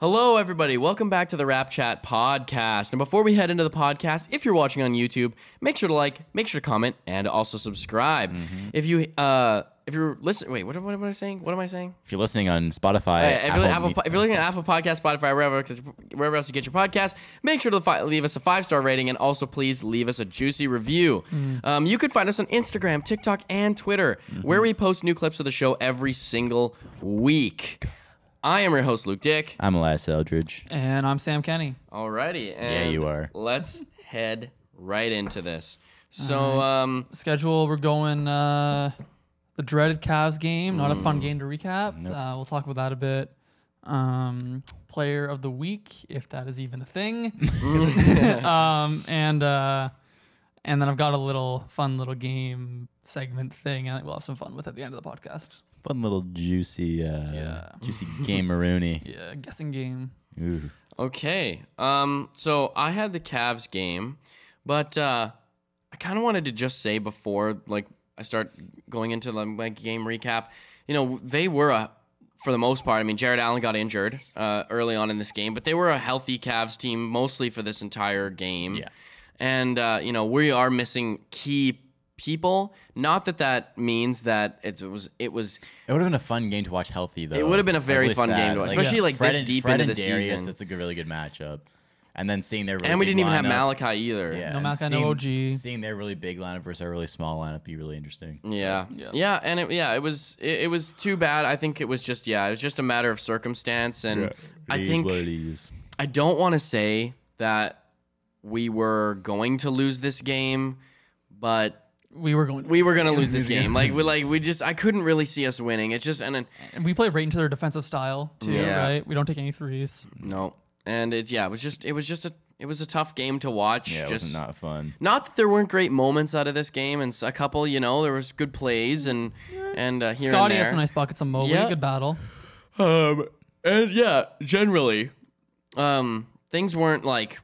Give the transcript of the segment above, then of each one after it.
Hello, everybody. Welcome back to the Rap Chat podcast. And before we head into the podcast, if you're watching on YouTube, make sure to like, make sure to comment, and also subscribe. If you uh, if you're listening, wait, what, what am I saying? What am I saying? If you're listening on Spotify, Hey, if, Apple you're, Apple, Mu- Po- if you're looking at Apple Podcast, Spotify, wherever, 'cause wherever else you get your podcast, make sure to fi- leave us a five star rating and also please leave us a juicy review. Um, you can find us on Instagram, TikTok, and Twitter, where we post new clips of the show every single week. I am your host, Luke Dick. I'm Elias Eldridge. And I'm Sam Kenny. Alrighty. Yeah, you and are. Let's head right into this. So, um, Schedule, we're going uh, the dreaded Cavs game. Not a fun game to recap. Uh, we'll talk about that a bit. Um, player of the week, if that is even a thing. um, and uh, and then I've got a little fun little game segment thing. I think we'll have some fun with at the end of the podcast. Fun little juicy, uh, juicy game maroony. Yeah, guessing game. Ooh. Okay. Um. So I had the Cavs game, but uh, I kind of wanted to just say before, like, I start going into the like game recap. You know, they were a, for the most part. I mean, Jared Allen got injured uh, early on in this game, but they were a healthy Cavs team mostly for this entire game. Yeah. And uh, you know, we are missing key people. Not that that means that it's, it was it was It would have been a fun game to watch healthy though. It would've been a That's very really fun game sad. to watch, especially, like, Fred this and, deep Fred into and the Darius, season. It's a good, really good matchup. And then seeing their really and we big didn't even have lineup- Malachi either. Yeah, No and Malachi, no seeing- OG. Seeing their really big lineup versus our really small lineup be really interesting. Yeah. yeah, and it, yeah, it was it, it was too bad. I think it was just yeah, it was just a matter of circumstance, and I think I don't want to say that we were going to lose this game, but We were going. we were gonna lose this game. Like we like we just I couldn't really see us winning. It's just and, and And we play right into their defensive style too, Yeah. right? We don't take any threes. no, and it's yeah, it was just it was just a it was a tough game to watch. Yeah, it just was not fun. not that there weren't great moments out of this game, and s- a couple, you know, there was good plays and and uh, here Scotty and there. had some nice buckets on Mobley. Yeah. Good battle. Um, and yeah, generally, um, things weren't like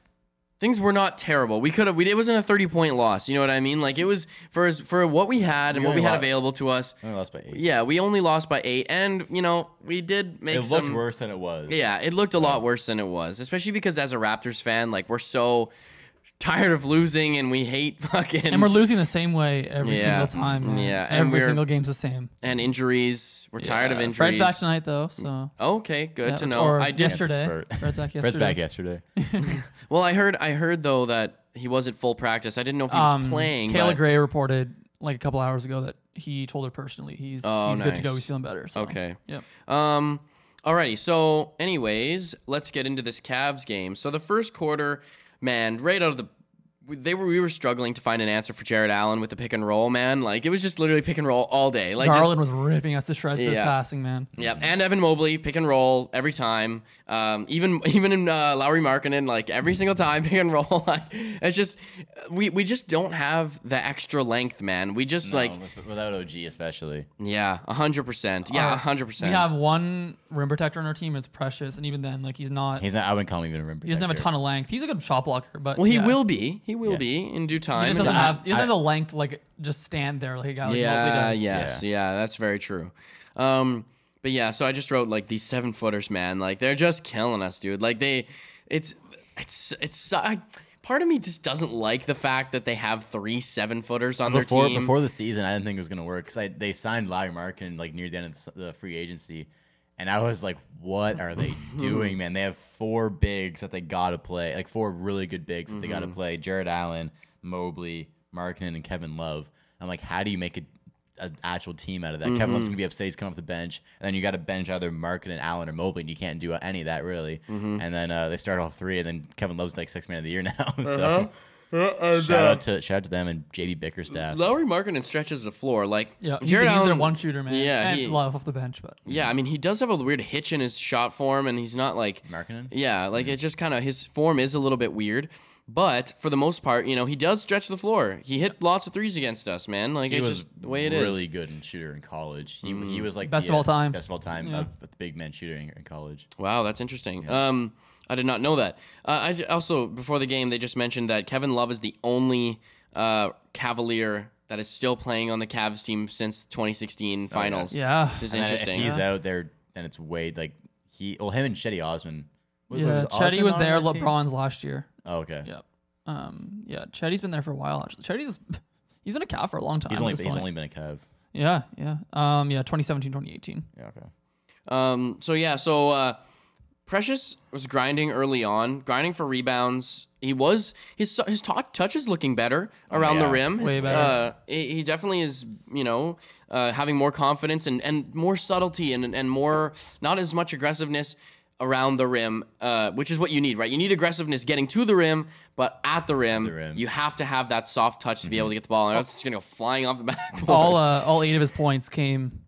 things were not terrible. We could have. We it wasn't a thirty point loss. You know what I mean? Like it was for us- for what we had and We what we had only lo- available to us. I lost by eight. Yeah, we only lost by eight, and you know we did make it some. looked worse than it was. Yeah, it looked a lot worse than it was, especially because as a Raptors fan, like we're so tired of losing and we hate fucking And we're losing the same way every Yeah. single time. man. Yeah, and every we're- single game's the same. and injuries. We're tired of Yeah. injuries. Fred's back tonight though, so Okay, good Yeah, to know. or I did yesterday. Spurt. Fred's back Fred's back yesterday. yesterday. Well, I heard I heard though that he was at full practice. I didn't know if he was um, playing. Kayla but- Gray reported like a couple hours ago that he told her personally he's Oh, he's good to go. nice. He's feeling better. So. Okay. Yep. Um. Alrighty. So, anyways, let's get into this Cavs game. So the first quarter, man, right out of the, they were we were struggling to find an answer for Jared Allen with the pick and roll, man. Like it was just literally pick and roll all day. Like just- Garland was ripping us to shreds this Yeah. passing man. Yeah, and Evan Mobley pick and roll every time. Um, even even in uh, Lowry Markkinen, like every single time pick and roll. Like it's just we we just don't have the extra length, man. We just like No, without OG especially. yeah, hundred percent. Yeah, Our- hundred Uh, We percent. have one rim protector on our team. It's precious, and even then, like he's not. He's not. I wouldn't call him even a rim he doesn't have a protector. ton of length. He's a good shot blocker, but Well, he yeah. will be. He will Yeah. be in due He time. just doesn't And- have. He doesn't I- have the length to, like just stand there like a guy like yeah, Mobley does. yes, yeah. that's very true. Um, but yeah, so I just wrote like these seven footers, man. Like they're just killing us, dude. Like they, it's, it's, it's. I, part of me just doesn't like the fact that they have three seven footers on Before their team. before the season, I didn't think it was gonna work because they signed Larry Markin like near the end of the s- the free agency, and I was like, "What are they doing, man? They have four bigs that they gotta play, like four really good bigs that they Mm-hmm. gotta play: Jared Allen, Mobley, Markin, and Kevin Love." I'm like, "How do you make a an actual team out of that. Kevin Mm-hmm. Love's gonna be upset. He's coming off the bench, and then you got to bench either Markin and Allen or Mobley, and you can't do any of that really. Mm-hmm. And then uh, they start all three, and then Kevin Love's like six man of the year now. Uh-huh. so shout out to shout out to them and JB Bickerstaff. Lowry Markkinen stretches the floor. Like Yeah, he's, Jared he's their Allen- one shooter, man. Yeah, and he- love off the bench, but Yeah, I mean he does have a weird hitch in his shot form, and he's not like Markkinen? Yeah, like it's just kind of his form is a little bit weird, but for the most part, you know, he does stretch the floor. He hit lots of threes against us, man. Like he it's was just the way it is. really good in shooter in college. He, he was like Best the, of uh, all time. Best of all time of the big men shooting in college. Wow, that's interesting. Um, I did not know that. Uh, I j- also before the game they just mentioned that Kevin Love is the only uh, Cavalier that is still playing on the Cavs team since 2016 finals. Yeah. which is Oh, And then interesting. If he's out there, then it's way like he. Well, him and Shetty Osman Was- yeah, was Chetty Austin was on there. that team? LeBron's last year. Oh, okay. Yep. Um, yeah, Chetty's been there for a while actually. Chetty's he's been a cow for a long time. He's at only this he's point. only been a Kev. yeah, yeah. Um, yeah, 2017, 2018. Yeah. Okay. Um, so yeah, so uh, Precious was grinding early on, grinding for rebounds. He was his his t- touch is looking better around the yeah. rim. Way His- better. Uh, he he definitely is, you know, uh, having more confidence and, and more subtlety and and more not as much aggressiveness around the rim, uh, which is what you need, right? You need aggressiveness getting to the rim, but at the rim, The rim. Mm-hmm. you have to have that soft touch to be able to get the ball. And it's just gonna go flying off the backboard. All uh, all eight of his points came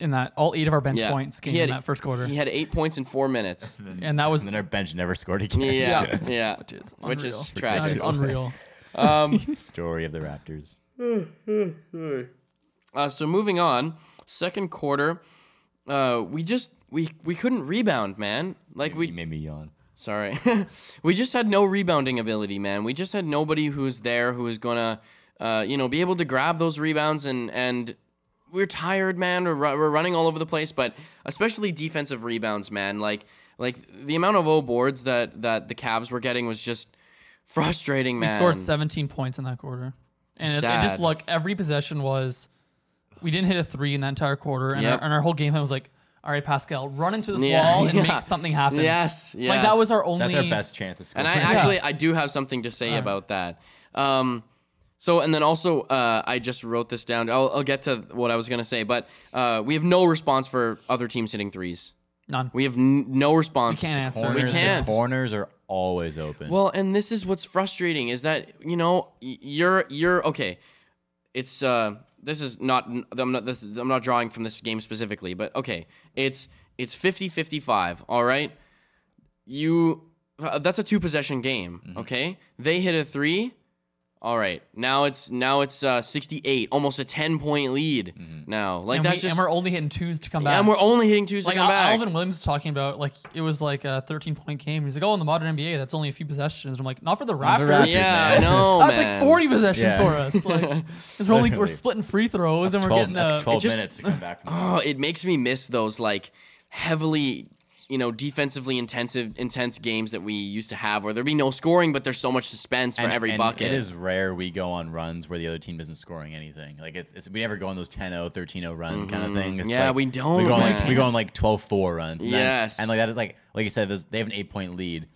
in that. All eight of our bench Yeah. points came He had- in that first quarter, he had eight points in four minutes. and that was And then our bench never scored again. Yeah, yeah, which is unreal. which is that is tragic. unreal. Story of the Raptors. Uh, so moving on, second quarter, uh, we just we we couldn't rebound, man. Like He we made me yawn. sorry, we just had no rebounding ability, man. We just had nobody who's there who is gonna, uh, you know, be able to grab those rebounds and and we're tired, man. We're, ru- we're running all over the place, but especially defensive rebounds, man. Like like the amount of O boards that that the Cavs were getting was just frustrating, We man. scored 17 points in that quarter, and it, it just Sad. look every possession was. We didn't hit a three in that entire quarter, and, Yep. our, and our whole game plan was like, "All right, Pascal, run into this Yeah, wall and yeah. make something happen." Yes, yes. Like that was our only. That's our best chance to score. And I actually I do have something to say about that. Um, so and then also uh, I just wrote this down. I'll, I'll get to what I was gonna say, but uh, we have no response for other teams hitting threes. None. We have n- no response. can't answer. corners, We the can't. corners are always open. Well, and this is what's frustrating is that you know y- you're you're okay. It's uh this is not I'm not this is, I'm not drawing from this game specifically, but okay. It's it's 50-55, all right? You uh, that's a two possession game, okay? They hit a 3. All right. Now it's now it's uh 68, almost a 10 point lead now. Like and, that's we, just and we're only hitting twos to come back. and we're only hitting two like second Al- back. Alvin Williams was talking about, like it was like a 13 point game. He's like, "Oh, in the modern NBA, that's only a few possessions." I'm like, "Not for the Raptors." the Raptors, yeah, I man. know. That's man. like 40 possessions Yeah. for us. Like, 'cause we're only we're Definitely. splitting free throws that's and we're 12, getting uh, that's a. 12 uh, just- minutes to come back from oh, it makes me miss those like heavily, you know, defensively intensive, intense games that we used to have where there'd be no scoring, but there's so much suspense for And- every and bucket. It is rare we go on runs where the other team isn't scoring anything. Like it's, it's we never go on those 10-0, 13-0 run kind of thing. It's Mm-hmm. Yeah, like- we don't, We go on like, man. we go on like 12-4 runs. And then- Yes. and like that is like like you said, this, they have an eight point lead.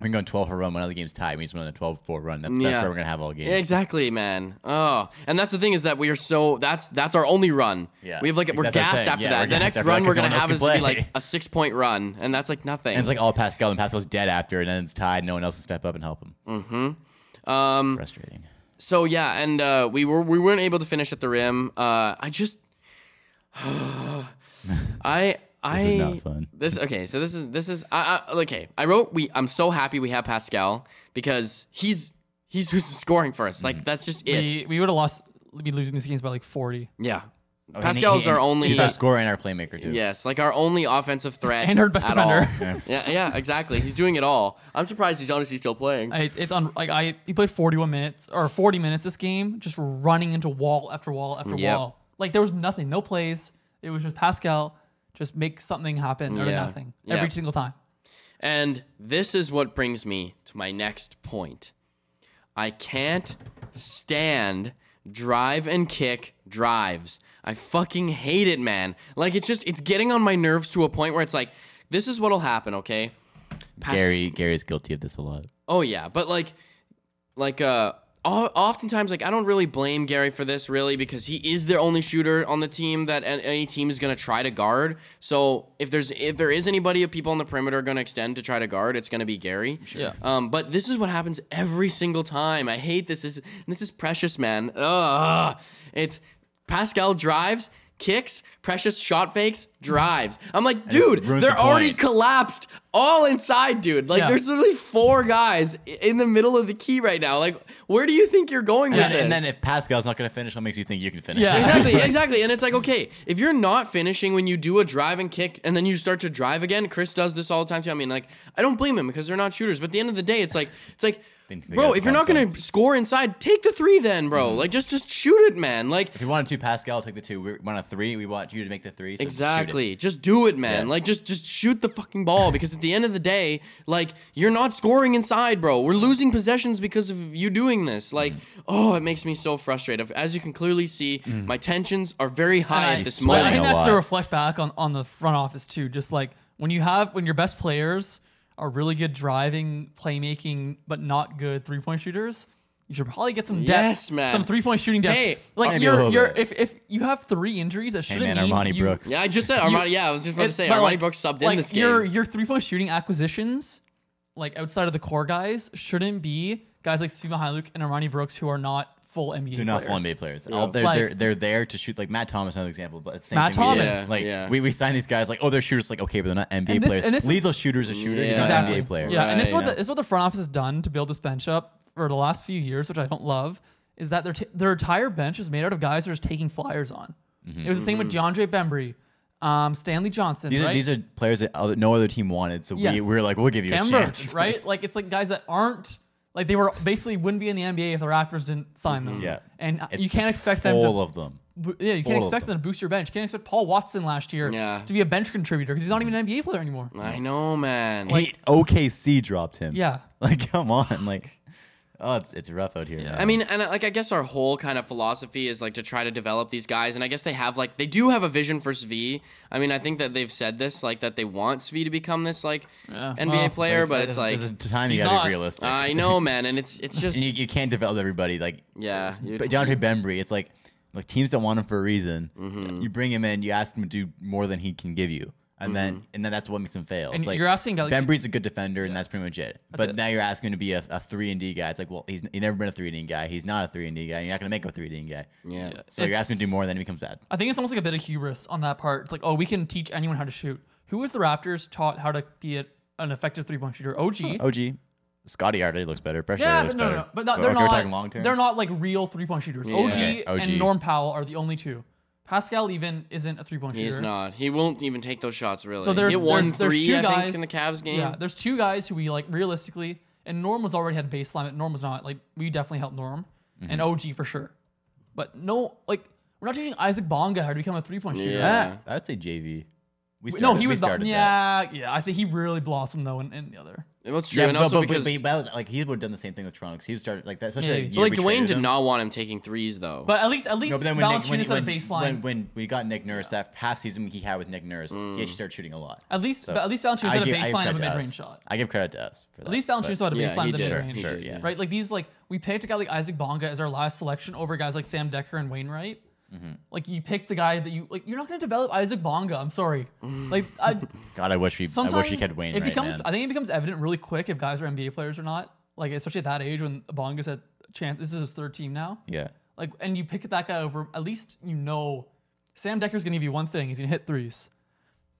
We can go on 12 for run when other game's tied. We just went on a 12-4 run. That's the best Yeah. run we're gonna have all game. Exactly, man. Oh, and that's the thing is that we are so that's that's our only run. Yeah. we have like we're That's what I'm gassed saying. after Yeah, we're that. The gassed next after run that we're 'cause no gonna one else have can is to be play. like a six point run, and that's like nothing. And it's like all Pascal and Pascal's dead after, and then it's tied. No one else will step up and help him. Mm-hmm. Um, Frustrating. so yeah, and uh, we were we weren't able to finish at the rim. Uh, I just, I I is not fun. This okay. So this is this is I, I okay. I wrote we. I'm so happy we have Pascal because he's he's who's scoring for us. Like Mm-hmm. that's just it. We, we would have lost, be losing these games by like 40. yeah. Oh, and he- Pascal's he- our and only. He's our scorer and our playmaker too. Yes, like our only offensive threat And our best at all. defender. Yeah. yeah, exactly. He's doing it all. I'm surprised he's honestly still playing. I, it's on like I he played 41 minutes or 40 minutes this game, just running into wall after wall after Yep. wall. Like there was nothing, no plays. It was just Pascal just make something happen out of Yeah. nothing Yeah. every single time. And this is what brings me to my next point. I can't stand drive and kick drives. I fucking hate it, man. Like it's just it's getting on my nerves to a point where it's like this is what'll happen, okay? Pas- Gary Gary's guilty of this a lot. Oh yeah, but like, like uh, o- oftentimes like I don't really blame Gary for this really because he is the only shooter on the team that an- any team is gonna try to guard. So if there's if there is anybody of people on the perimeter gonna extend to try to guard, it's gonna be Gary. Yeah. Um, but this is what happens every single time. I hate this. This is this is precious, man. Ugh. It's Pascal drives. Kicks, precious shot fakes, drives. I'm like, dude, ruins they're the already point. collapsed all inside, dude. Like, Yeah. there's literally four guys i- in the middle of the key right now. Like, where do you think you're going with And, this? and then if Pascal's not gonna finish, what makes you think you can finish? Yeah. exactly, exactly. And it's like, okay, if you're not finishing when you do a drive and kick and then you start to drive again, Chris does this all the time too. I mean, like, I don't blame him because they're not shooters, but at the end of the day, it's like, it's like, think they Bro, gotta Mm-hmm. if you're not pump some. gonna score inside, take the three then, bro. Like just just shoot it, man. Like If we want a two, Pascal take the two. We want a three. We want you to make the three. so just shoot it. Exactly. Just do it, man. Yeah. Like just just shoot the fucking ball because at the end of the day, like you're not scoring inside, bro. We're losing possessions because of you doing this. Like, Mm. oh, it makes me so frustrated. As you can clearly see, Mm. my tensions are very high I- at this but I moment. think sweating. a that's to lot. reflect back on, on the front office too. Just like when you have when your best players are really good driving, playmaking, but not good three point shooters, you should probably get some depth, Yes, man. some three point shooting depth. Hey, like Maybe a you're, little you're bit. if if you have three injuries that Hey shouldn't man, mean Armani you, Brooks. Yeah, I just said Armani. yeah, I was just about to It's- say but, Armani like- Brooks subbed in like, this game. Your your three point shooting acquisitions, like outside of the core guys, shouldn't be guys like Steven Hyluk and Armani Brooks who are not full NBA. They're not players. full NBA players. All- they're, Like- they're they're there to shoot. Like Matt Thomas, another example. But it's the same Matt thing we did. Thomas. Yeah, like yeah. we, we sign these guys. Like oh, they're shooters. Like okay, but they're not NBA And this- players. and this- Lethal shooter's a shooter. He's not Yeah. an NBA player. Yeah, and it's Right. what the, it's what the front office has done to build this bench up for the last few years, which I don't love, is that their t- their entire bench is made out of guys they're just taking flyers on. It was the same with Mm-hmm. DeAndre Bembry, um, Stanley Johnson, These are right? these are players that other, no other team wanted. So Yes. we we are like we'll give you Cam a Birch, chance. right? Like it's like guys that aren't like they were basically wouldn't be in the NBA if the Raptors didn't sign them. Yeah. and uh, It's- you can't it's expect them full to of them. bo- yeah, you can't All of expect them to boost your bench. You can't expect Paul Watson last year Yeah. to be a bench contributor because he's not even an NBA player anymore. I know, man. Eight OKC dropped him. Yeah. Like come on. Like oh, it's it's rough out here. I mean, and uh, like I guess our whole kind of philosophy is like to try to develop these guys, and I guess they have like they do have a vision for Svi. I mean, I think that they've said this like that they want Svi to become this like Yeah, NBA well, player, but it's, like it's a time you he's gotta not- be realistic. I know, man, and it's it's just and you, you can't develop everybody like yeah, it's- you- but DeAndre Bembry, it's like like teams don't want him for a reason. Mm-hmm. You bring him in, you ask him to do more than he can give you, and Mm-hmm. then and then that's what makes him fail. And it's like you're asking guys- Bembry's a good defender, and that's pretty much it. but it. now you're asking him to be a, a three and D guy. It's like well, he's he never been a three and D guy. He's not a three and D guy. You're not gonna make him a three and D guy. yeah. So you're asking him to do It's- more, then he becomes bad. I think it's almost like a bit of hubris on that part. It's like, oh, we can teach anyone how to shoot. Who was the Raptors taught how to be a, an effective three point shooter? OG. OG, Scotty already looks better. Pressure yeah, looks but no, no, better. no, but not, Oh, they're okay, not. We're talking long term. They're not like real three point shooters. Yeah. OG, Okay, OG. and Norm Powell are the only two. Pascal even isn't a three point shooter. He's not. He won't even take those shots really. So there's, he won there's, there's three two I guys think in the Cavs game. Yeah, there's two guys who we like realistically, and Norm was already had a baseline, but Norm was not. Like we definitely helped Norm Mm-hmm. and OG for sure, but no, like we're not teaching Isaac Bonga how to become a three point shooter. Yeah. Ah, I'd say JV. We no, started- he we was the started that. yeah, yeah. I think he really blossomed though in, in the other. That's true, and but, also but, because but, but, that was, like he would have done the same thing with Toronto. 'cause He started like that, especially Maybe. like, But, but, year like we Dwayne traded did him. not want him taking threes though. But at least at least No, but then when Nick, when, Valanciunas had a when, baseline. When, when we got Nick Nurse, that half season he had with Nick Nurse, Mm. he actually started shooting a lot. at least So, but at least Valanciunas I had a give- I give baseline of credit a to mid range us. shot. I give credit to us for that. At least Valanciunas had a Yeah, baseline he of the did. mid range. Sure, sure, yeah. Right, like these like we picked a guy like Isaac Bonga as our last selection over guys like Sam Decker and Wainwright. Mm-hmm. Like you pick the guy that you like. You're not gonna develop Isaac Bonga. I'm sorry. Like I God, Mm. I wish we, I sometimes wish we had Wayne it right becomes. man. I think it becomes evident really quick if guys are NBA players or not. Like especially at that age when Bonga's at chance. This is his third team now. yeah, Like, and you pick that guy over. At least you know Sam Decker's gonna give you one thing. He's gonna hit threes.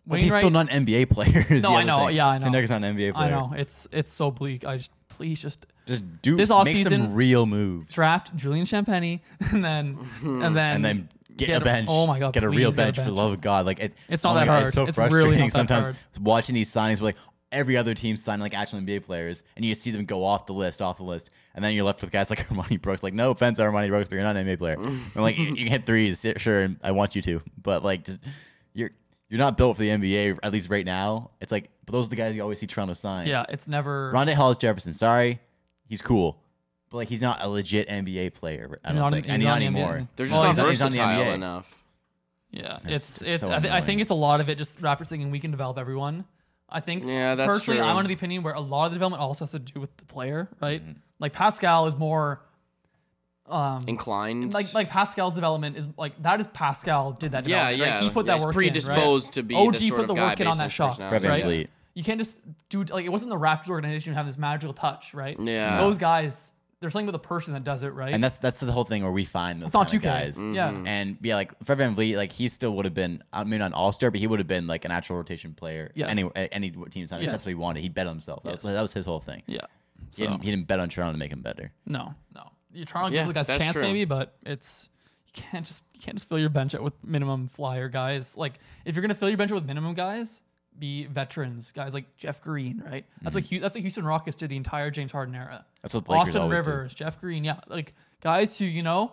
but he's still not an NBA player. is the I other know, thing. yeah, I know. Sinder's not an NBA player. I know it's it's so bleak. I just please just Just do This make offseason- some real moves draft Julian Champagny and then and then and then get, a bench. Oh my god, get a please real get bench, for the love of God. Like it, It's not oh my that God, hard. It's so It's really frustrating not that sometimes hard. watching these signings. Where like every other team signing like actual NBA players, and you see them go off the list, off the list, and then you're left with guys like Armani Brooks. Like no offense, Armani Brooks, but you're not an NBA player. and like you you can hit threes, si- sure, and I want you to, but like just you're you're not built for the NBA at least right now. It's like but those are the guys you always see Toronto sign. Yeah, it's never Rondé Hollis Jefferson. Sorry, he's cool, but like he's not a legit NBA player. I He's don't not- think, he's and not not an NBA. anymore. they're just Well, not he's on- he's on the versatile NBA. enough. Yeah, It's- it's it's. it's so I, th- I think annoying. it's a lot of it. Just Raptors thinking we can develop everyone. I think. Yeah, that's personally, true. I'm under the opinion where a lot of the development also has to do with the player, right? Mm-hmm. Like Pascal is more. Um, Inclined. like like Pascal's development is like that is Pascal did that. Yeah, development, right? yeah. He put Yeah, that he's work predisposed in, right? to be OG this sort put of the guy work in based on on that his shot, personality. Brevin right? Lee. You can't just do like it wasn't the Raptors organization who had this magical touch, right? Yeah. those guys. There's something with a person that does it, right? And that's that's the whole thing where we find those not kind of 2K. guys. Mm-hmm. Yeah. And yeah, like Fred Van Vliet, like he still would have been, I mean, an all star, but he would have been like an actual rotation player. Yes. Any, a- any team signing. Yes. That's what he wanted. He bet on himself. That, Yes. was, that was his whole thing. yeah. He, didn't, he didn't bet on Toronto to make him better. No, no. You're trying to Yeah, give the guys a that's chance true. maybe, but it's you can't just you can't just fill your bench out with minimum flyer guys. Like if you're gonna fill your bench out with minimum guys, be veterans, guys like Jeff Green, right? That's what Hu- that's what Houston Rockets did the entire James Harden era. Mm-hmm. That's what Lakers Austin always do. Rivers, Jeff Green, yeah, like guys who you know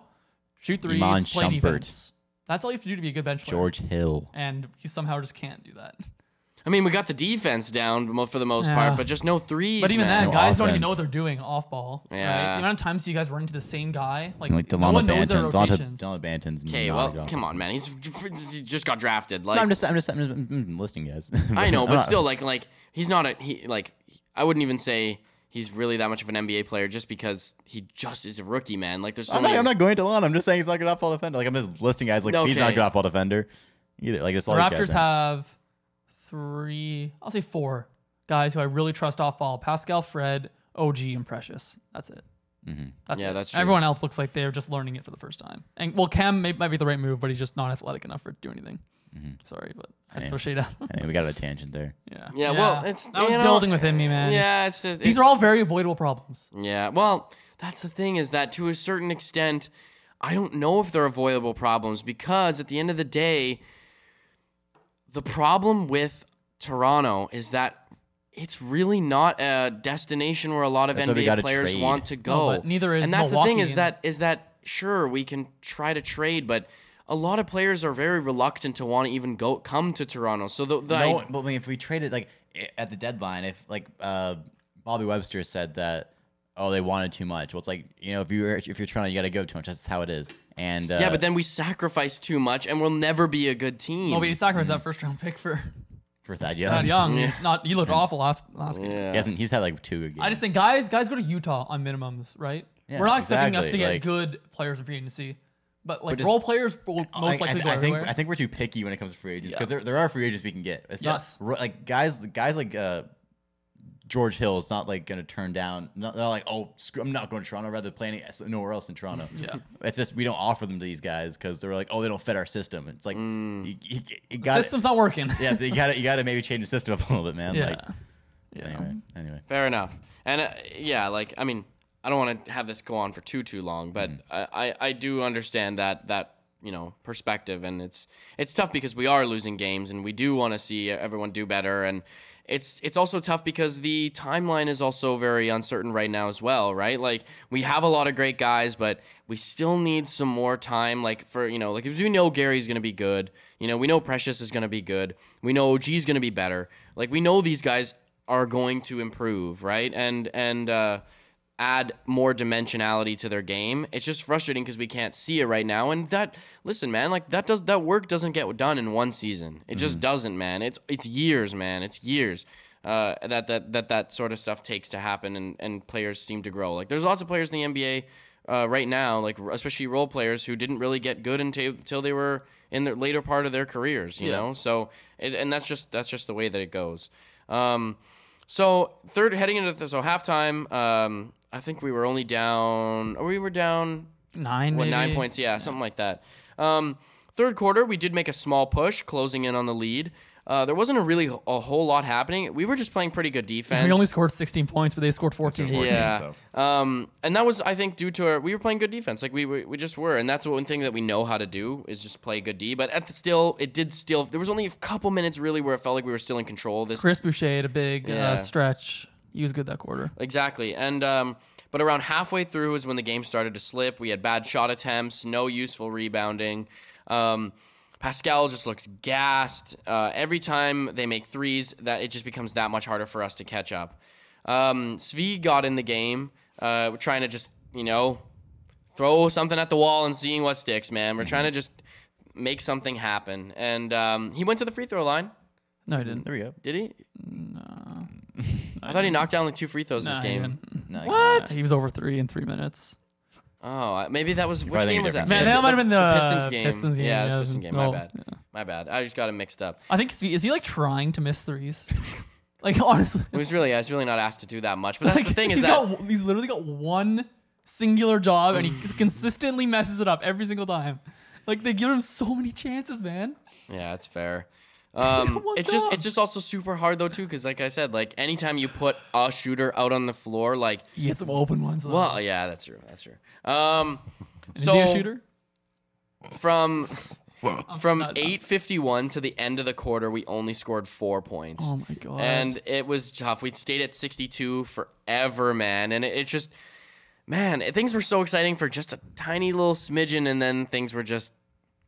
shoot threes, Iman play Shumpert. defense. That's all you have to do to be a good bench player. George Hill. and he somehow just can't do that. I mean, we got the defense down mo- for the most Yeah. part, but just no threes. But even man. that, No guys don't offense. even know what they're doing off ball. right? Yeah. The amount of times you guys run into the same guy, like, Like no Delano one knows their Banton. Delano, rotations. Delano Banton's Okay, not well, a good come option. on, man. He's he just got drafted. Like No, I'm just, I'm just, I'm just I'm- I'm listening, guys. I know, I'm but not- still, like, like he's not a he. Like, I wouldn't even say he's really that much of an NBA player just because he just is a rookie, man. Like, there's so I'm not, many. I'm not going to Lon. I'm just saying he's not a good off-ball defender. Like I'm just listing guys. Like he's not a Okay. good off-ball defender either. Like it's the all you guys Raptors are. have three, I'll say four guys who I really trust off ball: Pascal, Fred, OG, and Precious. That's it. Mm-hmm. That's Yeah, it. that's true. Everyone else looks like they're just learning it for the first time. And well, Cam may, might be the right move, but he's just not athletic enough for it to do anything. Mm-hmm. Sorry, but I had to Yeah. throw shade at him. Anyway, we got a tangent there. Yeah. Yeah, well, it's- that was you know, building within me, man. yeah, it's, it's These are all very avoidable problems. Yeah, well, that's the thing is that to a certain extent, I don't know if they're avoidable problems because at the end of the day, the problem with Toronto is that it's really not a destination where a lot of That's why we NBA gotta players trade. want to go. but neither is and that's the thing Milwaukee is and- that is that sure we can try to trade, but a lot of players are very reluctant to want to even go come to Toronto. So the, the No, but I mean, if we traded like i- at the deadline, if like uh, Bobby Webster said that, oh, they wanted too much. Well, it's like you know, if you're if you're trying, you got to go too much. That's how it is. And uh, yeah, but then we sacrifice too much and we'll never be a good team. Well, we sacrificed Mm-hmm. that first round pick for for Thad Young, Thad Young. He's not. He looked awful last last game. yeah. he hasn't. He's had like two games. I just think guys, guys go to Utah on minimums, right? Yeah, We're not expecting us to exactly, get like- good players in free agency, but like just- role players will most I- I, likely go I think everywhere. I think we're too picky when it comes to free agents Yeah. because there, there are free agents we can get. It's Yes. not ro- like guys guys like uh, George Hill is not like going to turn down. Not, they're not like oh screw, I'm not going to Toronto. I'd rather play any, nowhere else in Toronto. Yeah. it's just we don't offer them to these guys because they're like oh they don't fit our system. It's like Mm. you, you, you got System's not working. yeah you got to you got to maybe change the system up a little bit, man. yeah. Like, Yeah. anyway, anyway, Fair enough. And uh, yeah, like I mean, I don't want to have this go on for too too long, but I, I I do understand that that you know perspective, and it's it's tough because we are losing games, and we do want to see everyone do better, and it's it's also tough because the timeline is also very uncertain right now as well, right? Like we have a lot of great guys, but we still need some more time. Like for you know, like because we know Gary's gonna be good, you know, we know Precious is gonna be good, we know OG's gonna be better. Like we know these guys are going to improve, right? And and uh, add more dimensionality to their game. It's just frustrating because we can't see it right now. And that, listen, man, like that does that work doesn't get done in one season. It just doesn't, man. It's it's years, man. It's years. Uh, that, that that that sort of stuff takes to happen and, and players seem to grow like there's lots of players in the nba uh, right now like r- especially role players who didn't really get good until, until they were in the later part of their careers you Yeah. know so it, and that's just that's just the way that it goes um, so third, heading into the, so halftime, um, I think we were only down. Or we were down Nine. what maybe? nine points? Yeah, something like that. Um, third quarter, we did make a small push, closing in on the lead. Uh, there wasn't a really a whole lot happening. We were just playing pretty good defense. We only scored 16 points, but they scored 14. Yeah. Um, and that was, I think, due to our, we were playing good defense. Like we, we we just were, and that's one thing that we know how to do is just play good D. But at the still, it did still. There was only a couple minutes really where it felt like we were still in control. This Chris Boucher had a big Yeah. uh, stretch. He was good that quarter. Exactly. And um, but around halfway through is when the game started to slip. We had bad shot attempts, no useful rebounding. Um, Pascal just looks gassed. Uh, every time they make threes, that it just becomes that much harder for us to catch up. Um, Svi got in the game, uh, trying to just you know throw something at the wall and seeing what sticks, man. We're trying to just make something happen. And um, he went to the free throw line. No, he didn't. there we go. Did he? No. I thought he knocked down like two free throws this Nah, he game. didn't. what? He was over three in three minutes. Uh, Oh, I- maybe that was which probably game think was of that? different Man, games. that might've been the Pistons game. Pistons game, Yeah, it yeah, was Pistons it game. was- My bad. My bad. I just got it mixed up. I think Svi- is he like trying to miss threes? like honestly, It was really, I was really not asked to do that much. But that's like, the thing is he's that got, he's literally got one singular job and he consistently messes it up every single time. Like they give him so many chances, man. yeah, it's fair. Um, one it's just job. it's just also super hard though too because like I said, like anytime you put a shooter out on the floor, like oh, He gets some open ones. Though. well, yeah, that's true, that's true. Um, is so he a shooter? from From not- 8:51 to the end of the quarter, we only scored four points. Oh my god. And it was tough. We stayed at 62 forever, man. And it, it just, man, it- things were so exciting for just a tiny little smidgen, and then things were just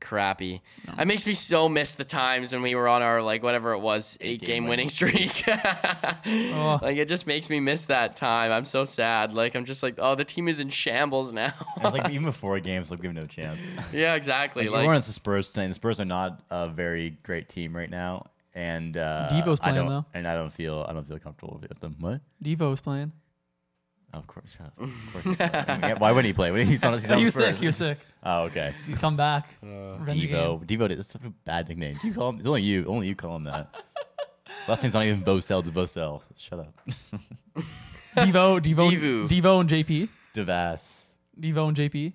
crappy. It makes me so miss the times when we were on our like whatever it was eight game, game winning winning streak. Like it just makes me miss that time. I'm so sad. Like I'm just like, oh, the team is in shambles now. It's like even before games, like we have no chance. yeah, exactly. Like, Like, you weren't the Spurs tonight. The Spurs are not a very great team right now, and uh, Devo's I playing, don't, though. and I don't feel I don't feel comfortable with them. What? Devo's playing. Of course, yeah, of course. he played. I mean, yeah, Why wouldn't he play? When he's on, he's on He the was sick. Spurs. He was sick. Oh, okay. He's come back. Revenge game. Devo. Devo. That's such a bad nickname. Do you call him? It's only you. Only you call him that. Last name's not even Vosel. It's Vosel. Shut up. Devo. Devo. Devo. Devo and JP. Devas. Devo and JP.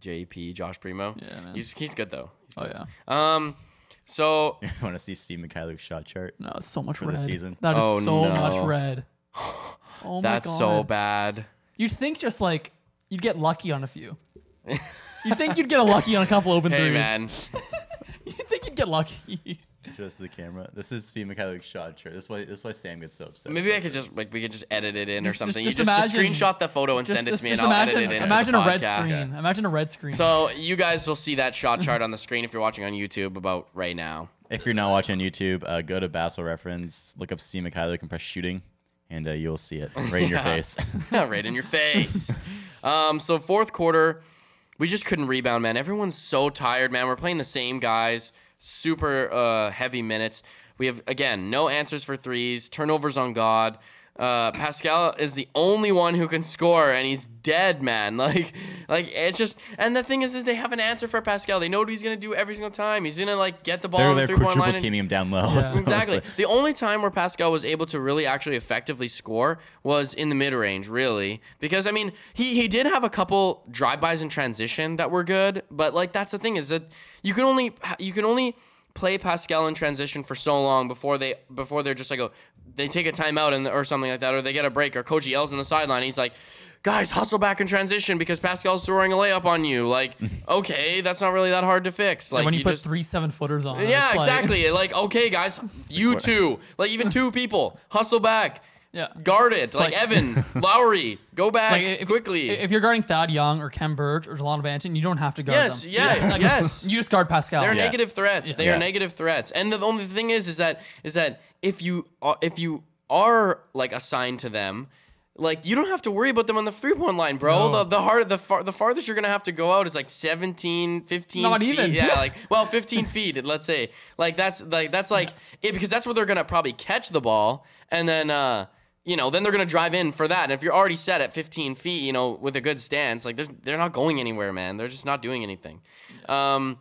JP, Josh Primo. Yeah, man. He's he's good though. Oh yeah. Um, so I want to see Steve Mikhailuk's shot chart. No, it's so much the red. season. That is Oh, so no. much red. Oh that's my god. so bad. You'd think just like you'd get lucky on a few. you'd think you'd get a lucky on a couple open Hey threes. man, You'd think you'd get lucky. Just the camera. This is Steve Mikhailuk's shot chart. That's why. That's why Sam gets so upset. maybe I could just like we could just edit it in or Just- something. just- you just just, imagine- screenshot the photo and Just- send it just- to me, and just I'll imagine, edit it in. Imagine the a red podcast. screen. Imagine a red screen. So you guys will see that shot chart on the screen if you're watching on YouTube about right now. If you're not watching on YouTube, uh, go to Basel Reference, look up Steve Mikhailuk and press shooting, and uh, you'll see it right in your face. right in your face. um, so fourth quarter, we just couldn't rebound, man. Everyone's so tired, man. We're playing the same guys, super uh, heavy minutes. We have again no answers for threes, turnovers on God. Uh, Pascal is the only one who can score, and he's dead, man. Like, like it's just. And the thing is, is they have an answer for Pascal. They know what he's gonna do every single time. He's gonna like get the ball they're on the three they're point quadruple line. and- teaming him down low. so it's Exactly. like- The only time where Pascal was able to really actually effectively score was in the mid range, really. Because I mean, he he did have a couple drive bys in transition that were good, but like that's the thing is that you can only you can only play Pascal in transition for so long before they before they're just like a they take a timeout and or something like that, or they get a break, or coach yells on the sideline. He's like. Guys, hustle back in transition because Pascal's throwing a layup on you. Like, okay, that's not really that hard to fix. Like when you, you put just, three seven footers on. yeah, it's like- exactly. Like, okay, guys, you two, like even two people, hustle back, Yeah. guard it. Like, like- Evan, Lowry, go back Like if, quickly. If you're guarding Thad Young or Ken Burge or Jelana Banton, you don't have to guard yes, them. yeah, Like, yes. You just guard Pascal. They're Yeah. negative threats. They are Yeah. negative threats. And the only thing is, is that is that if you are, if you are like assigned to them. Like you don't have to worry about them on the three point line, bro. No. The the hard the far the farthest you're gonna have to go out is like 17, 15 Not feet. even. Yeah, like well, fifteen feet. Let's say like that's like that's like it because that's where they're gonna probably catch the ball, and then uh you know then they're gonna drive in for that. And if you're already set at fifteen feet, you know with a good stance, like there's, they're not going anywhere, man. They're just not doing anything. Um,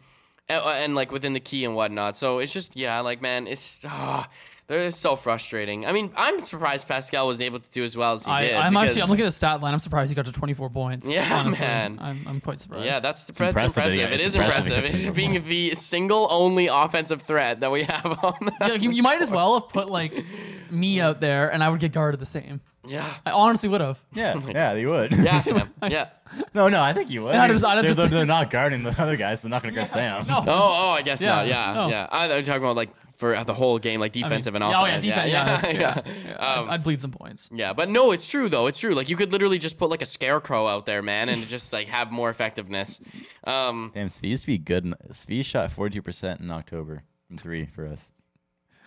and, and, like within the key and whatnot. So it's just yeah, like man, it's ah, they're it's so frustrating. I mean, I'm surprised Pascal was able to do as well as he I, did. I'm actually because- I'm looking at the stat line. I'm surprised he got to 24 points. Yeah, honestly. man. I'm, I'm quite surprised. Yeah, that's the that's impressive impressive. that he- It it's is impressive impressive. he got It's 24 being the single only offensive threat that we have on Yeah, that. like, you, you might as well have put like me out there, and I would get guarded the same. Yeah. I honestly would have. yeah, yeah, they would. Yeah, Sam. Yeah. No, no, I think you would. Yeah, I was- I they're, was- they're, they're not guarding the other guys. They're not going to guard Sam. No. Oh, oh, I guess Yeah, not. Yeah, no. yeah. I, I'm talking about like for the whole game, like defensive and yeah, oh, yeah, offense. defense, yeah, yeah, yeah. yeah. Yeah, I'd- Um, I'd bleed some points. yeah, but no, it's true though. It's true. Like you could literally just put like a scarecrow out there, man, and just like have more effectiveness. Um, Damn, Svi used to be good. in- Svi shot 42% in October from three for us.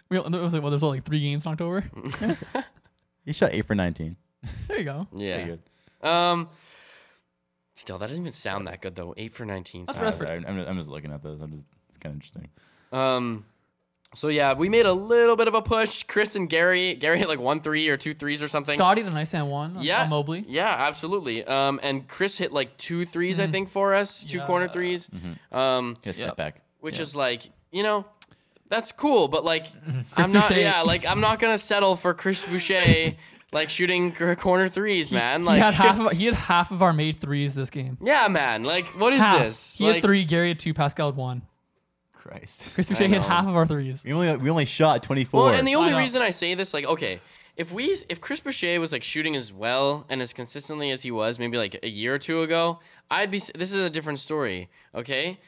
We, there was like, well, there's only like three games in October. Mm. He shot 8 for 19. There you go. Pretty yeah. good. Um, still, that doesn't even sound that good though. Eight for nineteen. That's sounds Sorry, Uh, I'm, I'm just- I'm just looking at those. I'm just, it's kind of interesting. Um, so yeah, we made a little bit of a push. Chris and Gary, Gary hit like one three or two threes or something. Scotty, the nice hand one. on- yeah, on Mobley. Yeah, absolutely. Um, and Chris hit like two threes, I think, for us, two Mm-hmm. Yeah. corner 3s Um, Just Yep. step back. which Yeah. is like you know. That's cool, but like I'm not. Boucher. Yeah, like I'm not gonna settle for Chris Boucher like shooting c- corner threes, man. Like he had half of he had half of our made threes this game. yeah, man. Like what is Half. this? He like, had three. Gary had two. Pascal had one. Christ. Chris Boucher know. hit half of our threes. We only, we only shot 24. Well, and the only know. reason I say this, like, okay, if we, if Chris Boucher was like shooting as well and as consistently as he was, maybe like a year or two ago, I'd be. This is a different story, okay?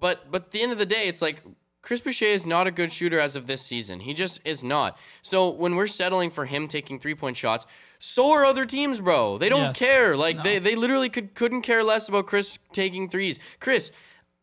but but at the end of the day, it's like Chris Boucher is not a good shooter as of this season. He just is not. So when we're settling for him taking three point shots, so are other teams, bro. They don't Yes. care. Like they they literally could couldn't care less about Chris taking threes. Chris,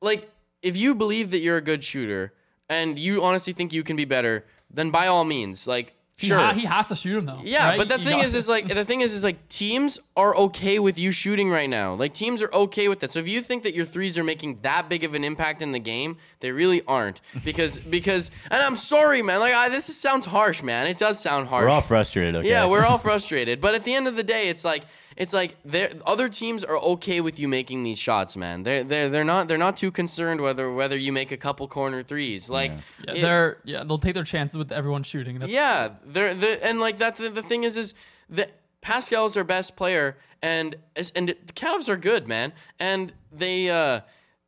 like if you believe that you're a good shooter and you honestly think you can be better, then by all means, like He, sure. ha- he has to shoot him though. Yeah, right? but the You thing got is, to. is like the thing is, is like teams are okay with you shooting right now. Like teams are okay with that. So if you think that your threes are making that big of an impact in the game, they really aren't. Because because and I'm sorry, man. Like I, this is, sounds harsh, man. It does sound harsh. We're all frustrated. Okay? Yeah, we're all frustrated. But at the end of the day, it's like it's like they're- other teams are okay with you making these shots, man. They're they're they're not they're not too concerned whether whether you make a couple corner threes. Like yeah, it- they're yeah they'll take their chances with everyone shooting. That's, yeah, they're the and like that's the, the thing is is that Pascal's their best player and is- and the Cavs are good, man. And they uh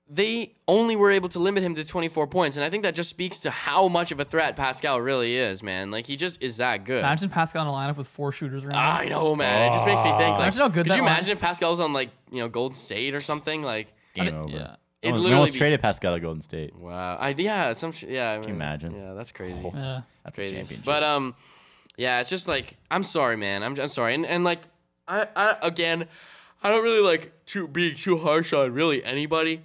they only were able to limit him to 24 points and I think that just speaks to how much of a threat Pascal really is, man. Like he just is that good. Imagine Pascal in a lineup with four shooters around. Ah, I know, man. It just makes me think like Imagine how good Could that you line- imagine if Pascal was on like, you know, Gold State or something like I Game thi- over. Yeah. It We almost- we literally almost be- traded Pascal to Golden State. wow. I yeah, some sh- yeah. I Can you imagine? Yeah, that's crazy. Yeah. That's crazy. a championship. But um, yeah, it's just like I'm sorry, man. I'm I'm sorry, and and like I I again, I don't really like to be too harsh on really anybody.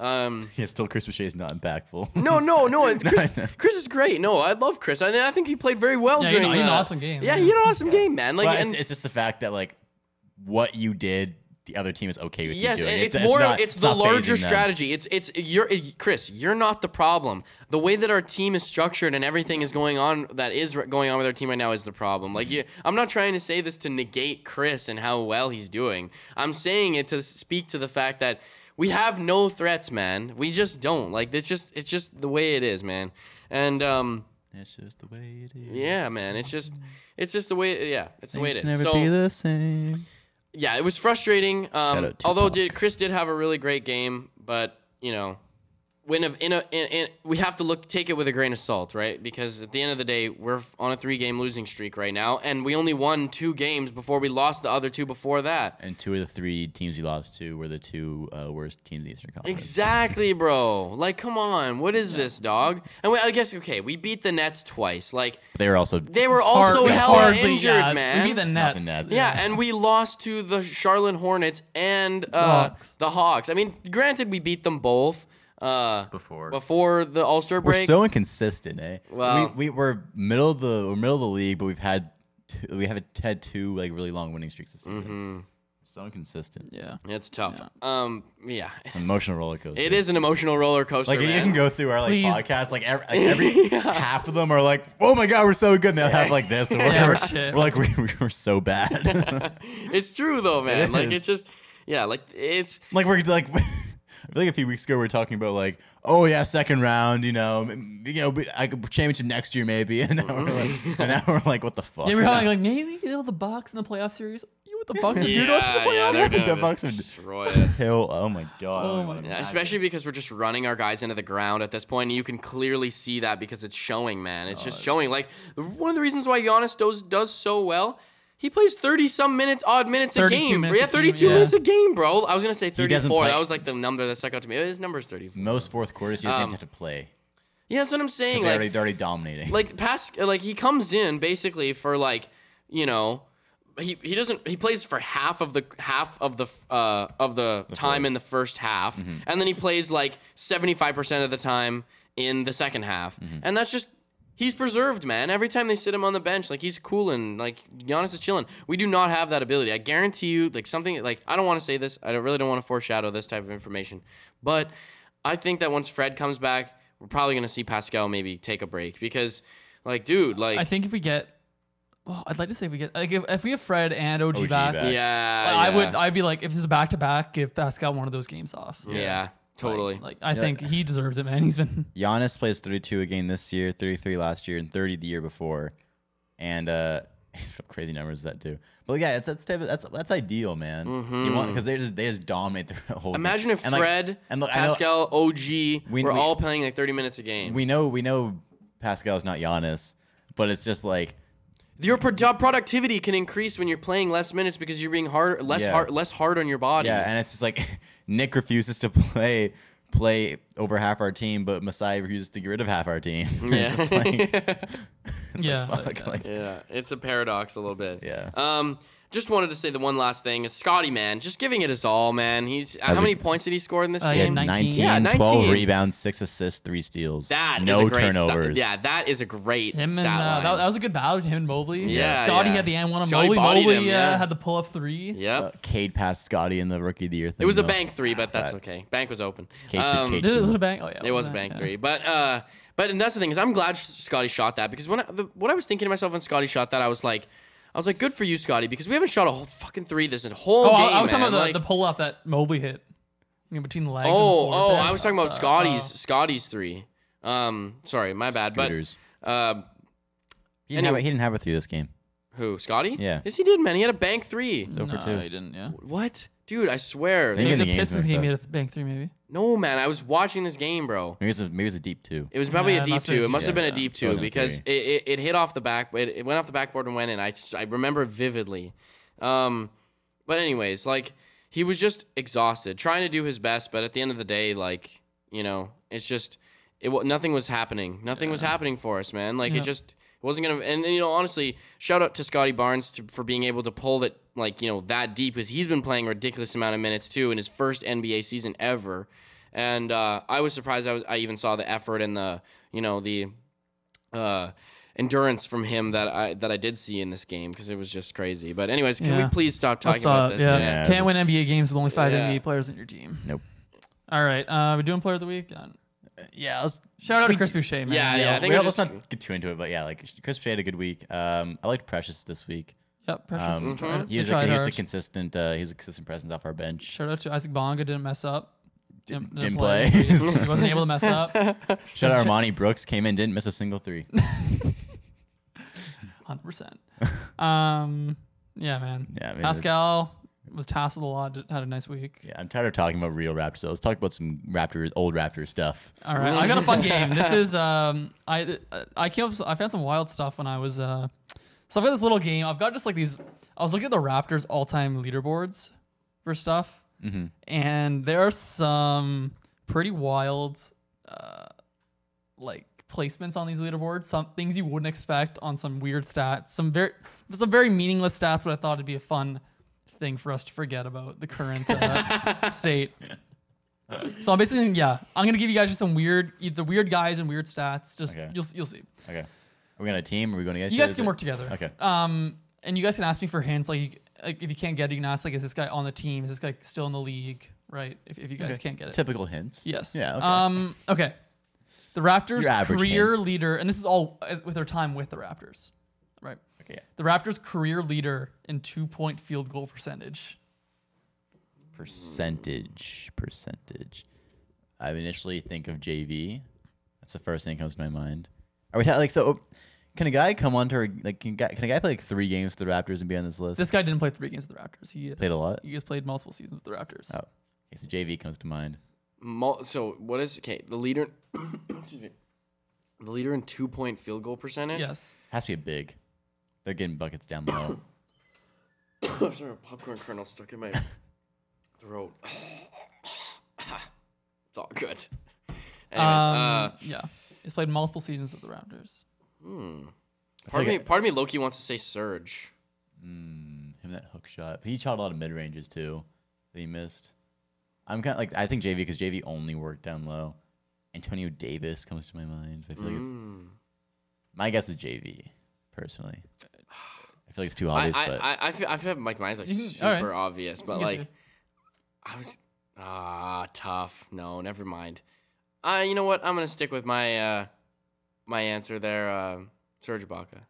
Um, yeah, still Chris Boucher is not impactful. no, no, no. and Chris, I know. Chris is great. No, I love Chris. I, I think he played very well Yeah, he had- during he had an the- awesome game, Yeah, yeah. he had an awesome game, man. Like But and. it's, it's just the fact that like what you did, the other team is okay with Yes, you and doing. it's, more. not- it's the not larger phasing them. strategy. It's it's you're it- Chris. You're not the problem. The way that our team is structured and everything is going on that is r- going on with our team right now is the problem. Like you, I'm not trying to say this to negate Chris and how well he's doing. I'm saying it to speak to the fact that we have no threats, man. We just don't. Like it's just it's just the way it is, man. And um, It's just the way it is. yeah, man. It's just it's just the way. Yeah, it's the way it is. Things never so, be the same. yeah, it was frustrating. Um, out Tupac. although did, Chris did have a really great game, but you know, when of in a in, in, we have to look take it with a grain of salt, right? Because at the end of the day, we're on a three game losing streak right now, and we only won two games before we lost the other two before that. And two of the three teams we lost to were the two uh, worst teams in the Eastern Conference. Exactly, bro. Like, come on, what is this, dog? And we, I guess okay, we beat the Nets twice. Like, They were also they were also Hard- hella hardly, injured, yeah, man. We beat the not Nets. the Nets. Yeah, and we lost to the Charlotte Hornets and uh, Hawks. the Hawks. I mean, granted, we beat them both uh, Before. before the All Star we're break. so inconsistent, eh? Wow. we, we we're middle of the we're middle of the league, but we've had two, we haven't had two like really long winning streaks this season. Mm-hmm. So inconsistent. Yeah. it's tough. Um, yeah, it's, It's an emotional roller coaster. it is an emotional roller coaster. Like you man. can go through our like Please. podcasts, like every, like, every half of them are like, "Oh my god, we're so good." And they'll have like this, and we're, Yeah, we're- shit. we're like, we, we "We're so bad." it's true though, man. like is. it's just, yeah, like it's like we're like, I feel like a few weeks ago we are talking about like, "Oh yeah, second round," you know, m- you know, we- I could championship next year maybe, and now we're like, and now we're like, "What the fuck?" Yeah, we were like, maybe you know, the Bucks in the playoff series. You know what the Bucks would do to us in the playoffs? they're The gonna Bucks are- destroy us. Hill. Oh my god. Oh I don't my even- Yeah, especially because we're just running our guys into the ground at this point, and you can clearly see that because it's showing, man. It's just showing. Like one of the reasons why Giannis does does so well, he plays thirty some minutes, odd minutes a 32 game. minutes yeah, a game, thirty two yeah. minutes a game, bro. I was gonna say doesn't thirty four. play- That was like the number that stuck out to me. His number's thirty four. most fourth quarters you Um, just have to play. Yeah, that's what I'm saying. They're, already, Like, they're already dominating. like past, like he comes in basically for like, you know. He, he doesn't he plays for half of the half of the uh of the, time in the first half and then he plays like 75% of the time in the second half and that's just he's preserved man every time they sit him on the bench like he's cooling like Giannis is chilling we do not have that ability i guarantee you like something like i don't want to say this i don't- really don't want to foreshadow this type of information but i think that once fred comes back we're probably going to see pascal maybe take a break because like dude like I think if we get, well, I'd like to say if we get, like, if, if we have Fred and OG, OG back, back. yeah, I yeah. would, I'd be like, if this is back to back, give Pascal one of those games off. yeah, totally Like, I think he deserves it, man. He's been Giannis plays 32 a game this year, 33 last year, and 30 the year before, and uh, he's put up crazy numbers of that too. But yeah, it's that's type of- that's that's ideal, man. You want because they just they just dominate the whole. Mm-hmm. Imagine game. if And, like- Fred, and look, I know- Pascal, OG We- were we- all playing like 30 minutes a game. we know we know Pascal's not Giannis, but it's just like your produ- productivity can increase when you're playing less minutes because you're being hard, less Yeah. hard, less hard on your body. yeah, and it's just like Nick refuses to play play over half our team, but Masai refuses to get rid of half our team. Yeah. it's just like, it's Yeah. like, fuck, like, yeah, it's a paradox a little bit. Yeah. Um, just wanted to say the one last thing is Scotty, man, just giving it his all, man. He's how a- many points did he score in this Uh, yeah, game? nine. 19, Yeah, 12 19. rebounds, six assists, three steals. That is no a great stu- turnovers. yeah, that is a great Him and uh, stat line. that, that was a good battle between him and Mobley. Yeah, Scotty yeah. had the and one on Scotty Mobley. bodied Mobley him, uh, yeah. had the pull up three. yep. Uh, Cade passed Scotty in the rookie of the year thing. it was a though. bank three, but that's that- okay. Bank was open. Um, Cade should- Cade Did it, should- was it a bank? Oh yeah, It was a bank yeah. three, but uh, but and that's the thing is I'm glad Scotty shot that because when I, the, what I was thinking to myself when Scotty shot that I was like, I was like, good for you, Scotty, because we haven't shot a whole fucking three this whole Oh, game. I, I was talking man. about the, Like- the pull up that Mobley hit you know, between the legs. and the Oh, floor. oh, Yeah, I was talking about that's, uh, Scotty's uh, Scotty's three. Um, sorry, my bad. Scooters. But uh, He didn't, have, anyway. a- he didn't have a three this game. who Scotty? Yeah. Yes, he did, man. He had a bank three. So for no, two. he didn't. Yeah, What, dude? I swear. Maybe maybe in the the games Pistons like game that. he had a bank three, maybe. No, man. I was watching this game, bro. Maybe it's a, maybe it's a deep two. It was probably Yeah, a it deep must've been two. a It deep must have two, been a yeah. deep two Wasn't because it, it, it hit off the back. It, it went off the backboard and went in. I s- I remember it vividly. Um, but anyways, like he was just exhausted, trying to do his best, but at the end of the day, like you know, it's just it. wa- Nothing was happening. Nothing was happening for us, man. Like Yeah. it just it wasn't gonna. And you know, honestly, shout out to Scotty Barnes to, for being able to pull that like you know that deep because he's been playing a ridiculous amount of minutes too in his first NBA season ever. And uh, I was surprised. I was I even saw the effort and the you know the uh, endurance from him that I that I did see in this game because it was just crazy. But anyways, can we Yeah. please stop talking That's, about uh, this? Yeah. Yeah, can't win this- NBA games with only five Yeah. NBA players on your team. Nope. All right, uh, we're doing player of the week. Done. Yeah, let's, Shout out to Chris Boucher, man. Yeah, yeah. I think we it don't- was let's just- not get too into it, but yeah, like Chris Boucher had a good week. Um, I liked Precious this week. Yep, precious. Um, tried it. he They was a, Mm-hmm. tried he was a hard. consistent uh, he was a consistent presence off our bench. Shout out to Isaac Bonga. Didn't mess up. Didn't- didn't play. so he wasn't able to mess up. Shout out Armani Brooks came in, didn't miss a single three. Hundred percent. Um. Yeah, man. Yeah, I mean, Pascal was tasked with a lot. did- Had a nice week. Yeah, I'm tired of talking about real Raptors. So let's talk about some Raptors, old Raptor stuff. All right, I got a fun game. This is um, I I came up, I found some wild stuff when I was uh, so I've got this little game. I've got just like these. I was looking at the Raptors all time leaderboards for stuff, and there are some pretty wild uh, like placements on these leaderboards. Some things you wouldn't expect on some weird stats. Some very some very meaningless stats, but I thought it'd be a fun thing for us to forget about the current uh, state. So I'm basically yeah, I'm gonna give you guys just some weird the weird guys and weird stats. Just Okay. you'll you'll see. Okay, are we gonna team? Are we going against each You guys other? can work together. Okay. Um, and you guys can ask me for hints. Like, you- like if you can't get it, you can ask like, is this guy on the team? Is this guy still in the league? Right? If, if you guys can't get it. Typical hints. Yes. Yeah. Okay. Um. Okay. The Raptors Your average career hints. leader, and this is all uh, with their time with the Raptors, right? okay. Yeah. The Raptors career leader in two point field goal percentage. Percentage. Percentage. I initially think of JV. That's the first thing that comes to my mind. Are we ta- like so? oh, Can a guy come onto our- like can, guy, can a guy play like three games for the Raptors and be on this list? This guy didn't play three games with the Raptors. He is, Played a lot? He has played multiple seasons with the Raptors. oh, okay. So JV comes to mind. Mul- so what is okay? The leader, excuse me, the leader in two point field goal percentage. Yes. Has to be a big. They're getting buckets down low. There's a popcorn kernel stuck in my throat. it's all good. Anyways, uh, Um, yeah. He's played multiple seasons with the Raptors. part of like me, part of me, Loki wants to say Surge. Hmm, Him that hook shot. He shot a lot of mid ranges too that he missed. I'm kind of like I think JV because JV only worked down low. Antonio Davis comes to my mind. I feel like it's, Hmm. my guess is JV personally. I feel like it's too I, obvious, I, but I, I feel, I feel like mine's like You super can- all right. obvious, but You can like, say it. I was ah tough. No, never mind. Uh, you know what? I'm gonna stick with my uh, my answer there. Uh, Serge Ibaka.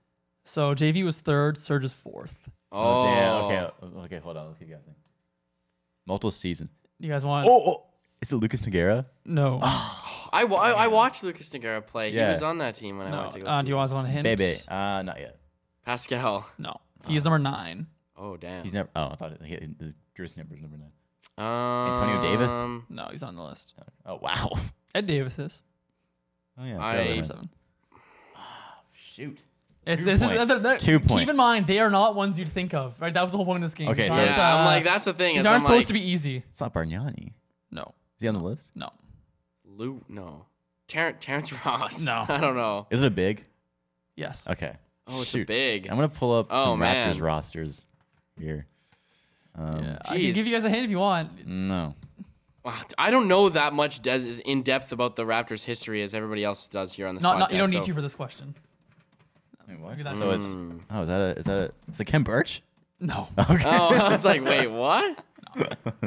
So JV was third, Serge is fourth. oh, Oh, damn. Okay, o- okay, hold on. Let's keep guessing. Multiple season. You guys want? Oh, oh, is it Lucas Nogueira? No. Oh, I, wa- I, I watched Lucas Nogueira play. Yeah. He was on that team when I no. went to go Uh, see do you guys want a hint? Baby, uh, not yet. Pascal. No. He's number nine. Oh damn. He's never. Oh, I thought he, his jersey number is number nine. um, Davis? No, he's not on the list. Oh wow. Ed Davis is Oh yeah. I- fair number enough. seven. Shoot. It's, Two this point. is they're- they're- Two point. Keep in mind, they are not ones you'd think of. Right, that was the whole point of this game. Okay, These so- Yeah, aren't, I'm uh, like that's the thing. these Is aren't I'm supposed like, to be easy. It's not Bargnani. No, Is he on the list? no. Lou, no. Terrence, Terrence Ross. No. I don't know. Is it a big? Yes. Okay. Oh, it's a Shoot. big. I'm gonna pull up Oh, some man. Raptors rosters here. Um, Yeah, I can Jeez. give you guys a hint if you want. No. Wow, I don't know that much des- is in depth about the Raptors' history as everybody else does here on this Not, podcast. not you don't need so- to for this question. that's So it's Hmm. oh, is that a is that a it's a Ken Birch? No. Okay. Oh, I was like, wait, what?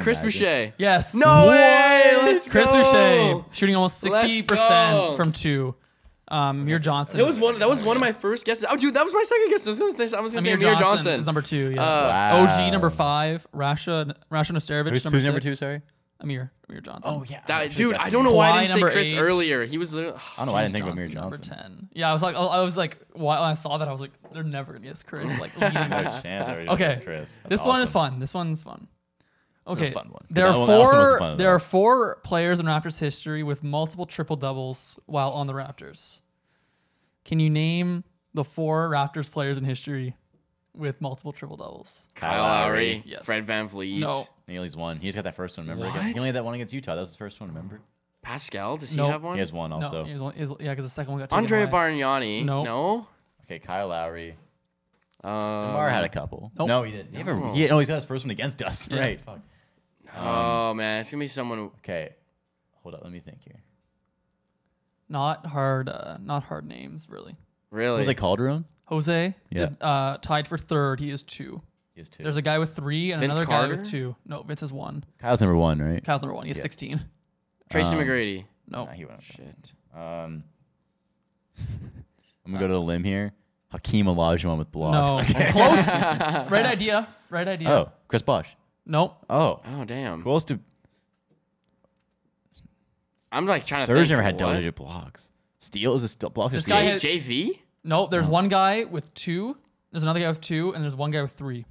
Chris Boucher. Yes. No way! Let's Chris go! Boucher shooting almost Let's sixty go. percent from two. Um, Amir Johnson. That was one. That was one of my first guesses. Oh, dude, that was my second guess. I was gonna, say- I was gonna Amir say Amir Johnson, Johnson. is number two. Yeah. Uh, Wow. OG number five. Rasha Rasha Nostarovich Who's, number who's number six. two? Sorry. Amir Amir Johnson. Oh, yeah. that, dude, I don't know why Kawhi I didn't say number Chris eight. earlier. He was. li- I don't know why I didn't think about Amir James Johnson. Number ten. Yeah, I was like, I I was like, why- when I saw that, I was like, they're never gonna guess Chris. Like, leading No up. chance. I already know Okay. it's Chris. That's this one is awesome. fun. This one's fun. Okay, fun one. there That are one- that was the most four. fun of There all. are four players in Raptors history with multiple triple doubles while on the Raptors. Can you name the four Raptors players in history with multiple triple doubles? Kyle Lowry, Yes. Fred Van Vliet, No, Neely's one. He's got that first one. Remember? Again? What? He only had that one against Utah. That was his first one. Remember? Pascal. Does he Nope. have one? He has one also. no, he was only, he was- yeah, because the second one got taken Andre away. Bargnani. Nope. No. Okay, Kyle Lowry. Lamar Um, had a couple. Nope. No, he didn't. He ever, he, no, he's got his first one against us. Right. Fuck. oh man, it's gonna be someone. Okay. Hold up. Let me think here. Not hard. Uh, not hard names really. Really. Was it Calderon? Jose is Yeah. uh, tied for third. He is two. He has two. There's a guy with three and Vince another guy with Carter? two. No, Vince is one. Kyle's number one, right? Kyle's number one. He has 16. Tracy um, McGrady. No. Nah, he went up. Shit. Um, I'm gonna go to the limb here. Hakeem Olajuwon with no. blocks. Okay. Close. right idea. Right idea. Oh, Chris Bosh. Nope. Oh, Oh damn. who else did? I'm like trying Serge to. never had what? double-digit blocks. Steal is a st- block. This This guy guy J- had- JV. Nope. There's one guy with two. There's another guy with two, and there's one guy with three.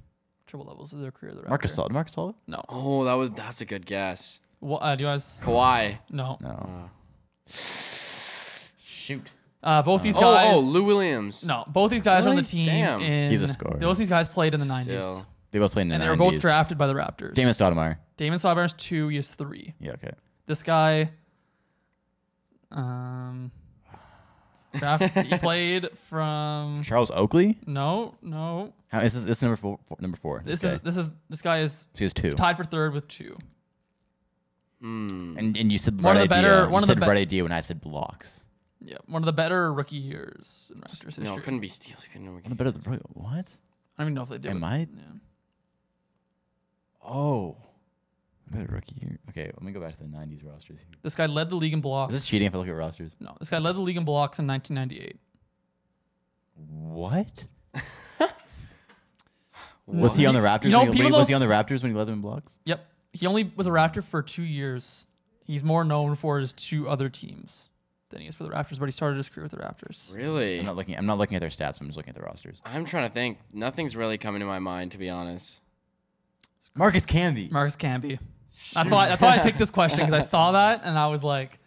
Triple levels of their career. The Marcus Raptor. Sol- Marcus Sol- No. Oh, that was that's a good guess. Wha- uh, do you guys? Kawhi. No. No. Uh, Shoot. Uh, both these guys. Oh, oh, Lou Williams. No. Both these guys are on Really? the team. Damn. in- He's a scorer. Both these guys played in the 90s. Still. They both played in the And they 90s. were both drafted by the Raptors. Damon Stoudemire. Damon Sawburn's two. He has three. Yeah. Okay. this guy um draft, he played from Charles Oakley. no no How, this is this is number four. four number four. this Okay. is this is this guy is So he has two. tied for third with two Hmm. And, and you said One right of the better- idea. one you of the said be- right idea when I said blocks. yeah one of the better rookie years in Raptors No, history it couldn't be Steele. Couldn't One of the better. the- What? I don't even know if they did Am it. I- yeah. Oh. Better rookie year. Okay, let me go back to the '90s rosters. Here. this guy led the league in blocks Is this cheating if I look at rosters? no this guy led the league in blocks in 1998 What? Was he on the Raptors? You know, when he, people wait, was don't- he on the Raptors when he led them in blocks? yep he only was a Raptor for two years he's more known for his two other teams than he is for the Raptors but he started his career with the Raptors Really? I'm not looking. I'm not looking at their stats. I'm just looking at the rosters. I'm trying to think. Nothing's really coming to my mind, to be honest. Marcus Camby. Marcus Camby. That's why. That's why I picked this question because I saw that and I was like,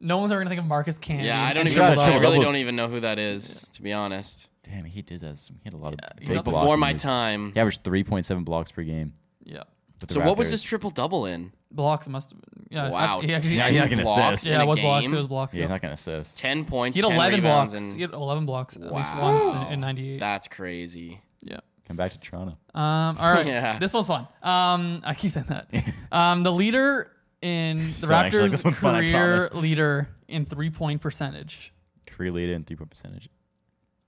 no one's ever gonna think of Marcus Camby. Yeah, I and don't even. tried Triple to Know, I triple really double. don't even know who that is, to be honest. Damn, he did that. He had a lot of. he's big not the blocking Before my moves. time. He averaged 3.7 blocks per game. Yeah, with the So what was Raptors. this triple double in? blocks must have been. Yeah, Wow. Yeah, he, Yeah, he, he had- gonna Blocks assist. in yeah, a it was blocks. It game? was blocks. Yeah, Yeah. he's not gonna assist. Ten points. He had 10 11 rebounds, blocks. and- He had 11 blocks at least Wow. once in, in 98. That's crazy. yeah. Come back to Toronto. Um, all right. Yeah. This one's fun. Um, I keep saying that. Um, the leader in the Sorry, actually, Raptors this one's fun, I career promise. leader in three point percentage. Career leader in three point percentage.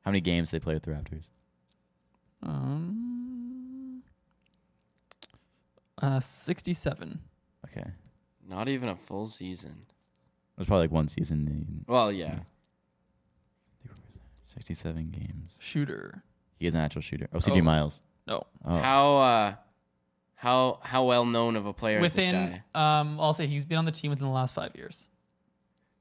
How many games did they play with the Raptors? Um, uh, 67. Okay, it Not even a full season. was probably like one season. Well, yeah. 67 games. Shooter. He is an actual shooter. Oh, Oh. CJ Miles. No. Oh. How uh, how how well known of a player is this Within, guy? um, I'll say he's been on the team within the last five years.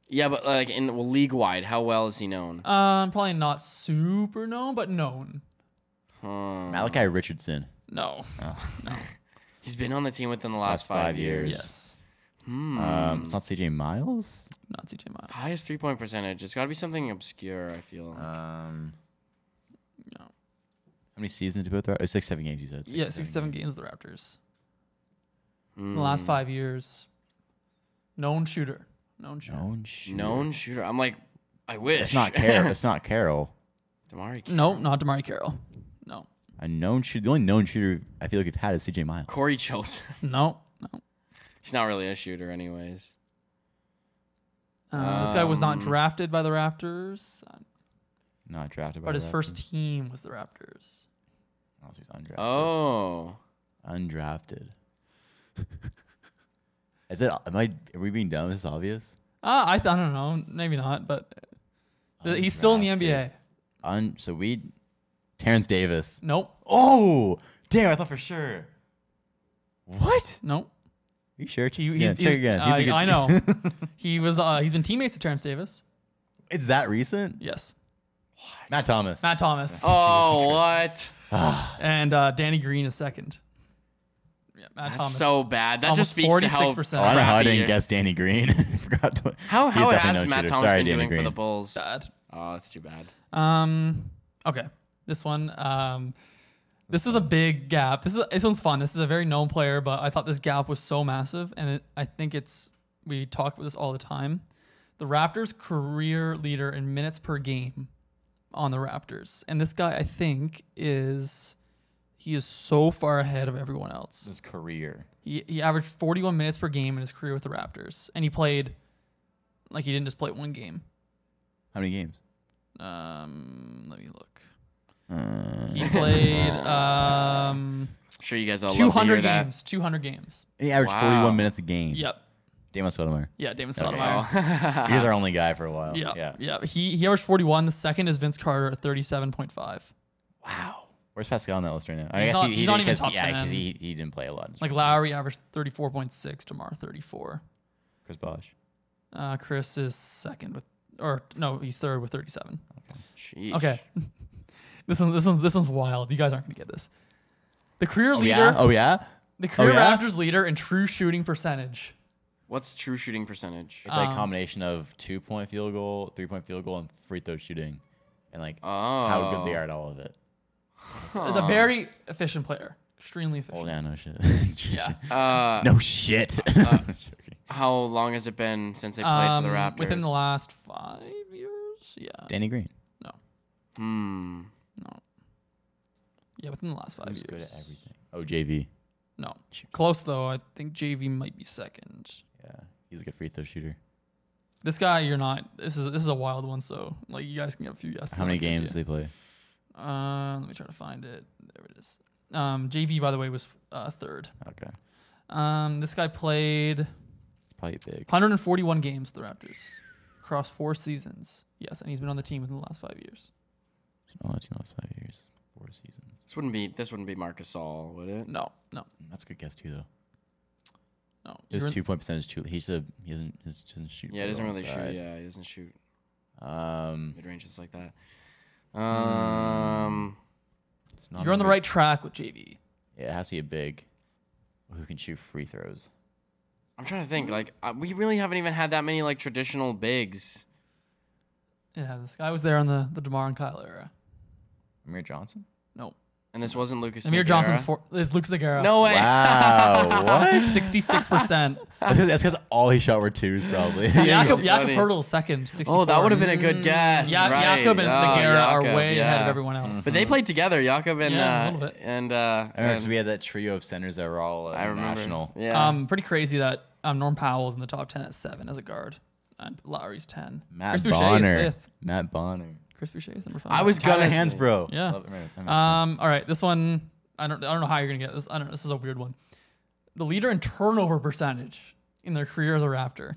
Yeah, but like in well, league wide, how well is he known? Um, probably not super known, but known. Hmm. Malachi Richardson. No. He's been on the team within the last, five, years. Yes. Hmm. Um, it's not CJ Miles. Not CJ Miles. Highest three point percentage. It's got to be something obscure. I feel. Um, No. How many seasons did he play with the Raptors? Oh, six, seven games. You said. Six, yeah, sixty-seven games of the Raptors. In the last five years. Known shooter. Known shooter. Known shooter. Known shooter. I'm like, I wish. It's not Carol. it's not Carol. Damari. Carey. No, not Damari Carroll. No. A known shooter. The only known shooter I feel like we've had is CJ Miles. Corey Joseph. No. No. He's not really a shooter, anyways. Uh, this guy was not Um, drafted by the Raptors, uh, Not drafted by but the his first Raptors. team was the Raptors. Oh, he's undrafted. Oh, Undrafted. Is it? Am I? Are we being dumb? Is this obvious? Uh, I, th- I don't know. Maybe not, but Oh, th- Uh, he's still in the Undrafted. NBA. Un. So we. Terrence Davis. Nope. Oh, damn! I thought for sure. What? Nope. Are you sure? He, he's, yeah, he's- check again. He's a I- good- I know. he was. Uh, he's been teammates with Terrence Davis. it's that recent. Yes. Matt Thomas. Matt Thomas. oh, what? And uh, Danny Green is second. Yeah, Matt That's Thomas. so bad. That just speaks Almost to how 46%. Oh, I don't know how I crappy didn't your- guess Danny Green. I Forgot. To, How, He's how definitely has no Matt shooter. Thomas Sorry, been Danny doing Green. for the Bulls? bad. Oh, that's too bad. Um. Okay. This one. Um. This is a big gap. This is this one's fun. This is a very known player, but I thought this gap was so massive, and it, I think it's we talk about this all the time. The Raptors' career leader in minutes per game on the Raptors, and this guy I think is he is so far ahead of everyone else. His career. He he averaged 41 minutes per game in his career with the Raptors, and he played like he didn't just play one game. How many games? Um, let me look. Uh, He played I'm um, sure you guys all love to hear 200 that. games. 200 games. He averaged Wow. 41 minutes a game. Yep. Damon Sotomayor. Yeah, Damon Okay. Oh. Sotomayor. he was our only guy for a while. Yeah, yeah, Uh-huh. Yeah. He he averaged 41. The second is Vince Carter at 37.5. Wow. Where's Pascal on that list right now? I He's guess not- he, he he's not did even 'cause- top yeah, 10. because he, he didn't play a lot. Like Lowry averaged 34.6. Demar 34. Chris Bosh. Uh, Chris is second with, or no, he's third with 37. Sheesh. Okay. this one, this one's this one's wild. You guys aren't gonna get this. The career Oh leader, yeah. Oh yeah. the career yeah? Raptors leader in true shooting percentage. What's true shooting percentage? It's Um, like a combination of two point field goal, three point field goal, and free throw shooting, and like how good they Oh. are at all of it. Is a very efficient player. Extremely efficient. Oh yeah, no shit. Yeah. Uh, No shit. Joking. how long has it been since they played for the Um, Raptors? within the last five years? Yeah. Danny Green. No. Hmm. No. Yeah, within the last five He's years. good at everything. Oh JV. No. Close though. I think JV might be second. Yeah. He's a good free throw shooter. This guy, you're not. This is this is a wild one. So like, you guys can get a few guesses. How many I'll give it to games you. they play? Uh, let me try to find it. There it is. Um, JV by the way was uh, third. Okay. It's Um, this guy played probably big. 141 games with the Raptors across four seasons. Yes, and he's been on the team within the last five years. Oh, it's in the last five years, four seasons. This wouldn't be this wouldn't be Marcus All, would it? No, no, Mm, That's a good guess too, though. no. His You're- two point percentage too. He's a he doesn't he doesn't shoot. Yeah, he very doesn't well really shoot. inside. Yeah, he doesn't shoot Um, mid ranges like that. Hmm. Um. it's not You're on the very- right track with JV. Yeah, it has to be a big who can shoot free throws. I'm trying to think. Like, uh, we really haven't even had that many like traditional bigs. Yeah, this guy was there on the the Demar and Kyle era. Amir Johnson. No, And this wasn't Lucas. Amir Nogueira. Johnson's uh, for, is Luke Zagara. No way. Wow, what? sixty-six percent. That's because all he shot were twos, probably. Jakob funny. Jakob Pertl is second. 64. Oh, that would have been a good guess. Hmm. Ya- right. Jakob and oh, Zagara are Jakob, way ahead of yeah. Mm-hmm. everyone else. But they played together, Jakob and Yeah, a uh, little bit. and uh, I remember 'cause and- we had that trio of centers that were all uh, I remember. national. Yeah. um, pretty crazy that um, Norm Powell's in the top ten at seven as a guard, and Lowry's ten. Matt Chris Bonner. Boucher is fifth. Matt Bonner. Chris Boucher is number five. I was Tyler gonna Hansbrough. Yeah. Love- remember- I miss him. Um, all right, this one I don't I don't know how you're gonna get this. I don't. This is a weird one. The leader in turnover percentage in their career as a Raptor.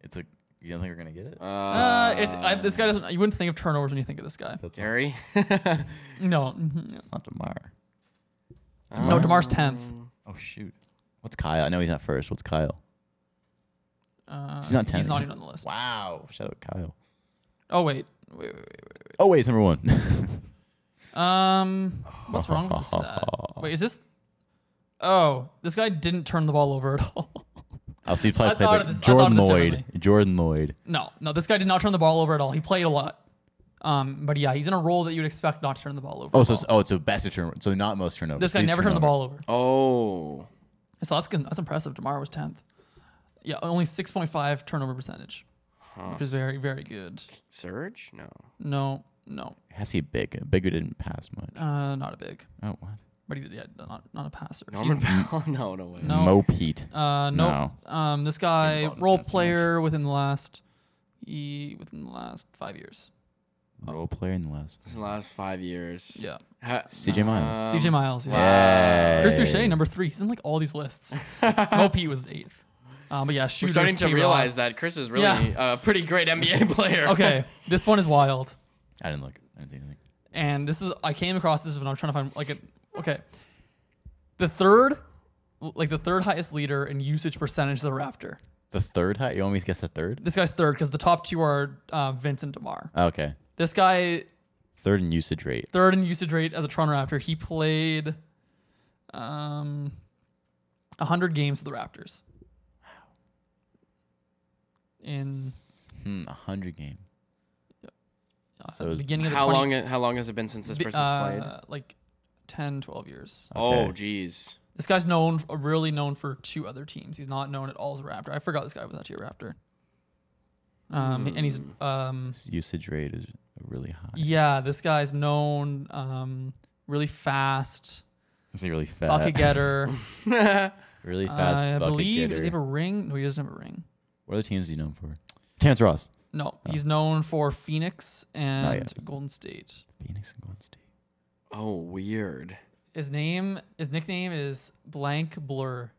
it's a. You don't think we're gonna get it? Uh, Uh, it's I, this guy doesn't. You wouldn't think of turnovers when you think of this guy. Gary. No, mhm, yeah. It's not Demar. no. Demar's tenth. Oh shoot. What's Kyle? I know he's not first. What's Kyle? Uh, He's not 10. He's not even on the list. Wow. Shout out Kyle. Oh wait, wait, wait, wait. Oh wait, it's number one. wait. Um, what's wrong with this stat? Wait, is this? Oh, this guy didn't turn the ball over at all. I'll see. Play, I play, thought play. of this- I thought Jordan of this Lloyd. differently. Jordan Lloyd. no, no, this guy did not turn the ball over at all. He played a lot. Um, but yeah, he's in a role that you'd expect not to turn the ball over. Oh, at so all. it's, oh, it's a best of turn. So not most turnovers. this guy least never turned the turnovers. ball over. oh. So that's good- that's impressive. Tomorrow was tenth. yeah, only 6.5 turnover percentage, Huh. which is very, very good. Surge? No. No, no, Has he big? Bigger didn't pass much. uh, not a big, Oh what? but he did, yeah, not, not a passer. He's- Norman Powell? No, no way. No. Mo Pete. Uh, nope. Um, this guy Bottom role stats, no player within the last, e within the last five years. Role player in the last. This is the last five years. Yeah, Ha- uh, CJ Miles. CJ Miles. Um, Yeah. Yeah. Chris Boucher, number three. He's in like all these lists. OP was eighth. Um, but yeah, We're shooters. starting to K. realize Ross. that Chris is really Yeah. a pretty great NBA player. Okay, this one is wild, I didn't look. I didn't see anything. and this is I came across this when I'm trying to find like a okay. The third, like the third highest leader in usage percentage is the Raptor. The third high. You always guess the third. This guy's third because the top two are uh, Vince and Demar. Oh, okay. This guy Third in usage rate. third in usage rate as a Toronto Raptor. He played um 100 games with the Raptors. In Hmm. A hundred game. uh, So beginning of the How 20 long? How long has it been since this be- person's played? uh, like 10 12 years. Oh, okay. geez. This guy's known uh, really known for two other teams. He's not known at all as a Raptor. I forgot this guy was actually a Raptor. Um and he's Hmm. um His usage rate is really high. yeah, this guy's known um really fast Is he really fat? bucket getter. really fast. I bucket believe does he have getter. a ring? No, he doesn't have a ring. What other teams do you know him for? Terrence Ross. No, he's known for Phoenix and Oh. yet. Golden State. Phoenix and Golden State. Oh, weird. His name, his nickname is Blank Blur.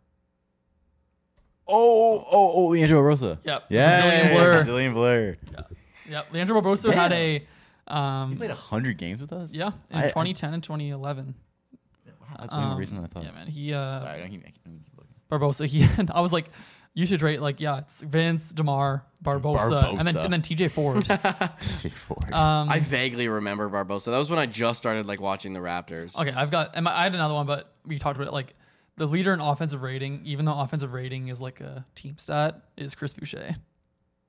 Oh, oh, oh, Leandro Rosa. Yep. Yeah. Brazilian Blur. Brazilian Blur. Yeah, Leandro Barbosa had a, He um, played 100 games with us? yeah, in I- I- 2010 and 2011. Wow, that's way more Um, recent than I thought. Yeah, man. He uh, Sorry, I don't keep, I keep looking. Barbosa. He and I was like, you should rate like yeah, it's Vince, Demar, Barbosa, and then Barbosa. and then TJ Ford. TJ Ford. um, I vaguely remember Barbosa. That was when I just started like watching the Raptors. Okay, I've got. and I I had another one, but we talked about it. Like the leader in offensive rating, even though offensive rating is like a team stat, is Chris Boucher.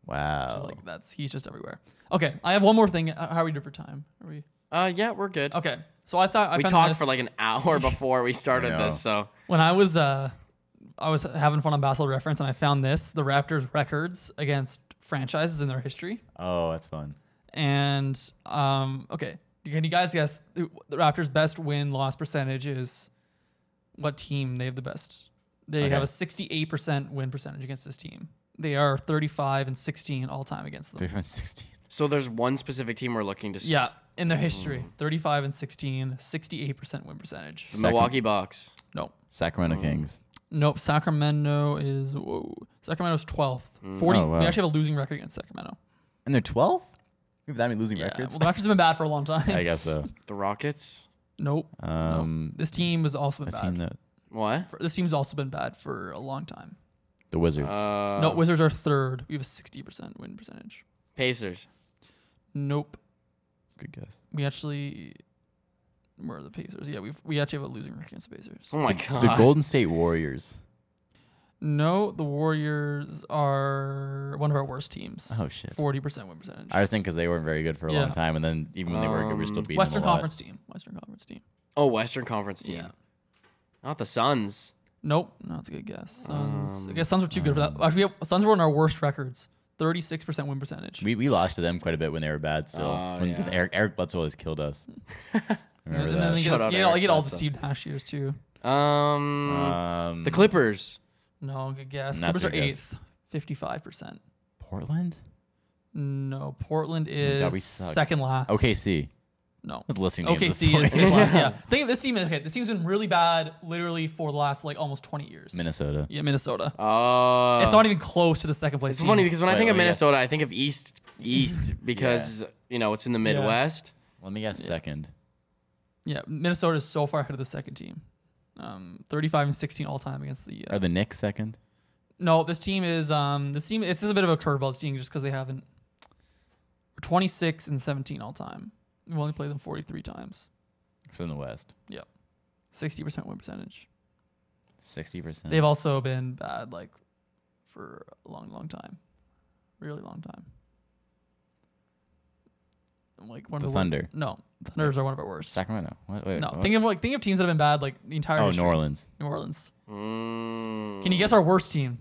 wow. Oh. Like that's he's just everywhere. Okay, I have one more thing. Uh, How are we doing for time? Are we Uh, yeah, we're good. okay? So I thought I We found talked this for like an hour before we started know. this, so when I was uh I was having fun on Basketball Reference and I found this the Raptors records against franchises in their history Oh, that's fun. and um okay can you guys guess who- the Raptors best win loss percentage is what team they have the best they Okay. have a 68% win percentage against this team they are 35 and 16 all time against them 3 from 16. so there's one specific team we're looking to. s- yeah in their history 35 and 16 68% win percentage the Milwaukee Bucks. nope Sacramento Um, Kings. Nope, Sacramento is whoa. Sacramento's twelfth. Forty. Oh, wow. We actually have a losing record against Sacramento. And they're 12? We have that many losing Yeah. records? Well, the Raptors have been bad for a long time. I guess so. The Rockets. Nope. Um, This team has also been a bad. team that. What? for, this team's also been bad for a long time. The Wizards. Uh, Oh. no, Wizards are third. We have a sixty percent win percentage. Pacers. Nope. Good guess. We actually. Where are the Pacers? Yeah, we've we actually have a losing record against the Pacers. Oh my god. The Golden State Warriors. No, the Warriors are one of our worst teams. Oh, shit. Forty percent win percentage. I was thinking because they weren't very good for a Yeah. long time, and then even when they were good, we were still Um, beating them Western a lot. Conference team. Western Conference team. Oh, Western Conference team. Yeah. Not the Suns. Nope, no, that's a good guess. Suns, I guess Um, Suns were too good for that. Actually, yeah, Suns were one of our worst records. Thirty-six percent win percentage. We, we lost to them quite a bit when they were bad still. Oh, When- 'cause yeah. Eric, Eric Bledsoe has killed us. and Remember then that? they Shout get, out you know, Eric get all the Bledsoe. Steve Nash years too. Um, Um, the Clippers. No, good guess. That's Clippers are a good guess. eighth, fifty-five percent. Portland? No, Portland Oh God, we is suck. second last. OKC. no. I was listening to games OKC this is point. fifth last. Yeah, think of this team. Okay, this team's been really bad, literally for the last like almost twenty years. Minnesota. yeah, Minnesota. Uh, it's not even close to the second place. It's funny team. because when I Wait, think of let me guess. Minnesota, I think of East East because you know it's in the Midwest. Let me guess second. yeah, Minnesota is so far ahead of the second team. Um, thirty-five and sixteen all time against the. Uh, Are the Knicks second? No, this team is um this team it's just a bit of a curveball this team just because they haven't we're 26 and 17 all time. We've only played them 43 times. It's in the West. Yep. 60% win percentage. 60%. They've also been bad like for a long long time. Really long time. And, Like one The of the wor- Thunder. No, Thunders are one of our worst. Sacramento. What? Wait, no, what? think of like think of teams that have been bad like the entire oh, history. New Orleans. New Orleans. Mm. Can you guess our worst team?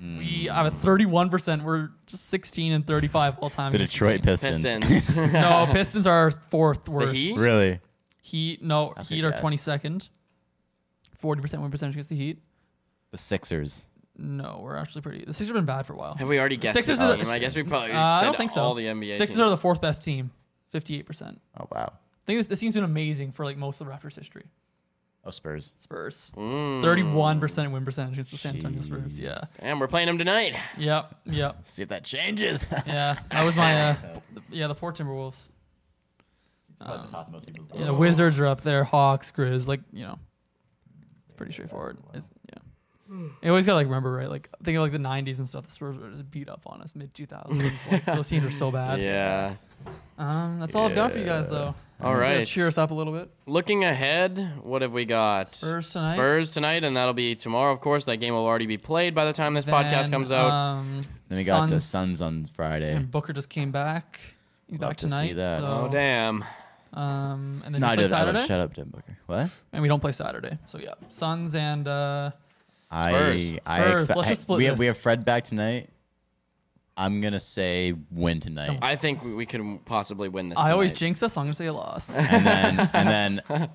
Hmm. We have a 31%. We're just 16 and 35 all time. The against Detroit team. Pistons. Pistons. No, Pistons are our fourth worst. Heat? really? Heat, no, That's a Heat are guess. 22nd. 40% win percentage against the Heat. The Sixers. No, we're actually pretty. The Sixers have been bad for a while. Have we already guessed? Sixers Sixers. is a- I guess we probably Uh, I Oh, said don't think so. all the NBA. Sixers teams. are the fourth best team, 58%. Oh wow. I think this, this team's been amazing for like most of the Raptors' history. Oh Spurs. Spurs. Mm. 31% win percentage against the San Antonio Spurs. Jeez. Yeah. And we're playing them tonight. Yep. Yep. See if that changes. Yeah. That was my, uh, the- yeah, the poor Timberwolves. Um, yeah, the Wizards are up there, Hawks, Grizz, like, you know, it's pretty straightforward. It's, yeah. You always got to like remember, right? Like, think of like the 90s and stuff. The Spurs were just beat up on us mid 2000s. Like, those teams are so bad. Yeah. Um, that's all I've got for you guys, Yeah. though. All Yeah, right. Cheer us up a little bit. Looking ahead, what have we got? Spurs tonight. Spurs tonight, and that'll be tomorrow, of course. That game will already be played by the time this podcast Then, comes out. Um, Then we got the Suns Suns on Friday. And Booker just came back. He's Love back to see tonight. that. So, oh, damn. Um, and then No, we I play did. I did. Saturday. Shut up, Tim Booker. What? and we don't play Saturday. So yeah, Suns and uh, I, I Spurs. expect- Let's just hey, split we have, we this. have Fred back tonight. I'm gonna say win tonight, I think we, we could possibly win this. I always tonight. jinx us. so I'm gonna say a loss. and then and then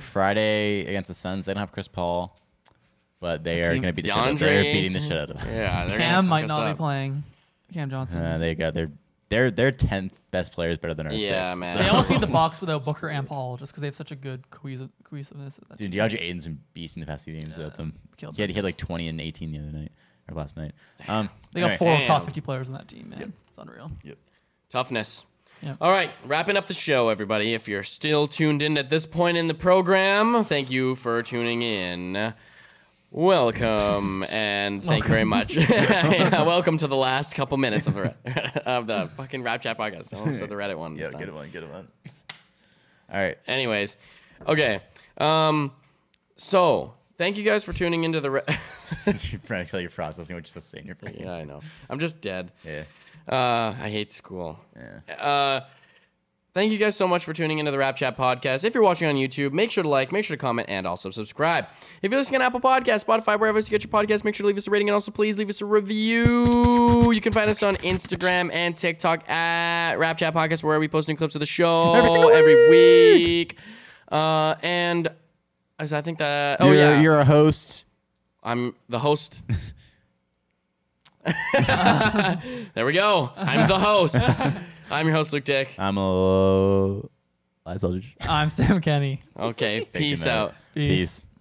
Friday against the Suns. They don't have Chris Paul, but they are team- gonna beat the shit out. They're DeAndre beating the Ayton. shit out of. them. Yeah, they're gonna Cam fuck might us not up. be playing. Cam Johnson. Uh, they got their their their tenth best players better than our Yeah, sixth. man. they so- almost beat the Bucks without Booker and Paul just because they have such a good cohesive, cohesiveness. of that Dude, team. DeAndre Ayton's been beast in the past few games without them. killed He had, their he had guys. like 20 and 18 the other night or last night. Um, They got anyway, four Damn. top 50 players on that team, man. It's unreal. Toughness. Yeah. All right, wrapping up the show, everybody. If you're still tuned in at this point in the program, thank you for tuning in. Welcome, and thank you very much. Yeah, welcome to the last couple minutes of the, Red- of the fucking Rap Chat podcast. I almost said the Reddit one. this Yeah, time. get him one, get him one. All right. Anyways, okay. Um, so thank you guys for tuning into the. Re- You're trying to tell you're processing what you're supposed to say in your brain. yeah, I know. I'm just dead. Yeah. Uh, I hate school. yeah. Uh, thank you guys so much for tuning into the Rap Chat podcast. If you're watching on YouTube, make sure to like, make sure to comment, and also subscribe. If you're listening on Apple Podcasts, Spotify, wherever else you get your podcast, make sure to leave us a rating and also please leave us a review. You can find us on Instagram and TikTok at Rap Chat Podcast, where we post new clips of the show Every single every week. Uh, and as I think that, oh you're, yeah, you're a host. I'm the host. there we go. I'm the host. I'm your host, Luke Dick. I'm a. I told you. I'm Sam Kenny. Okay, Thank you, peace man. out. Peace. Peace.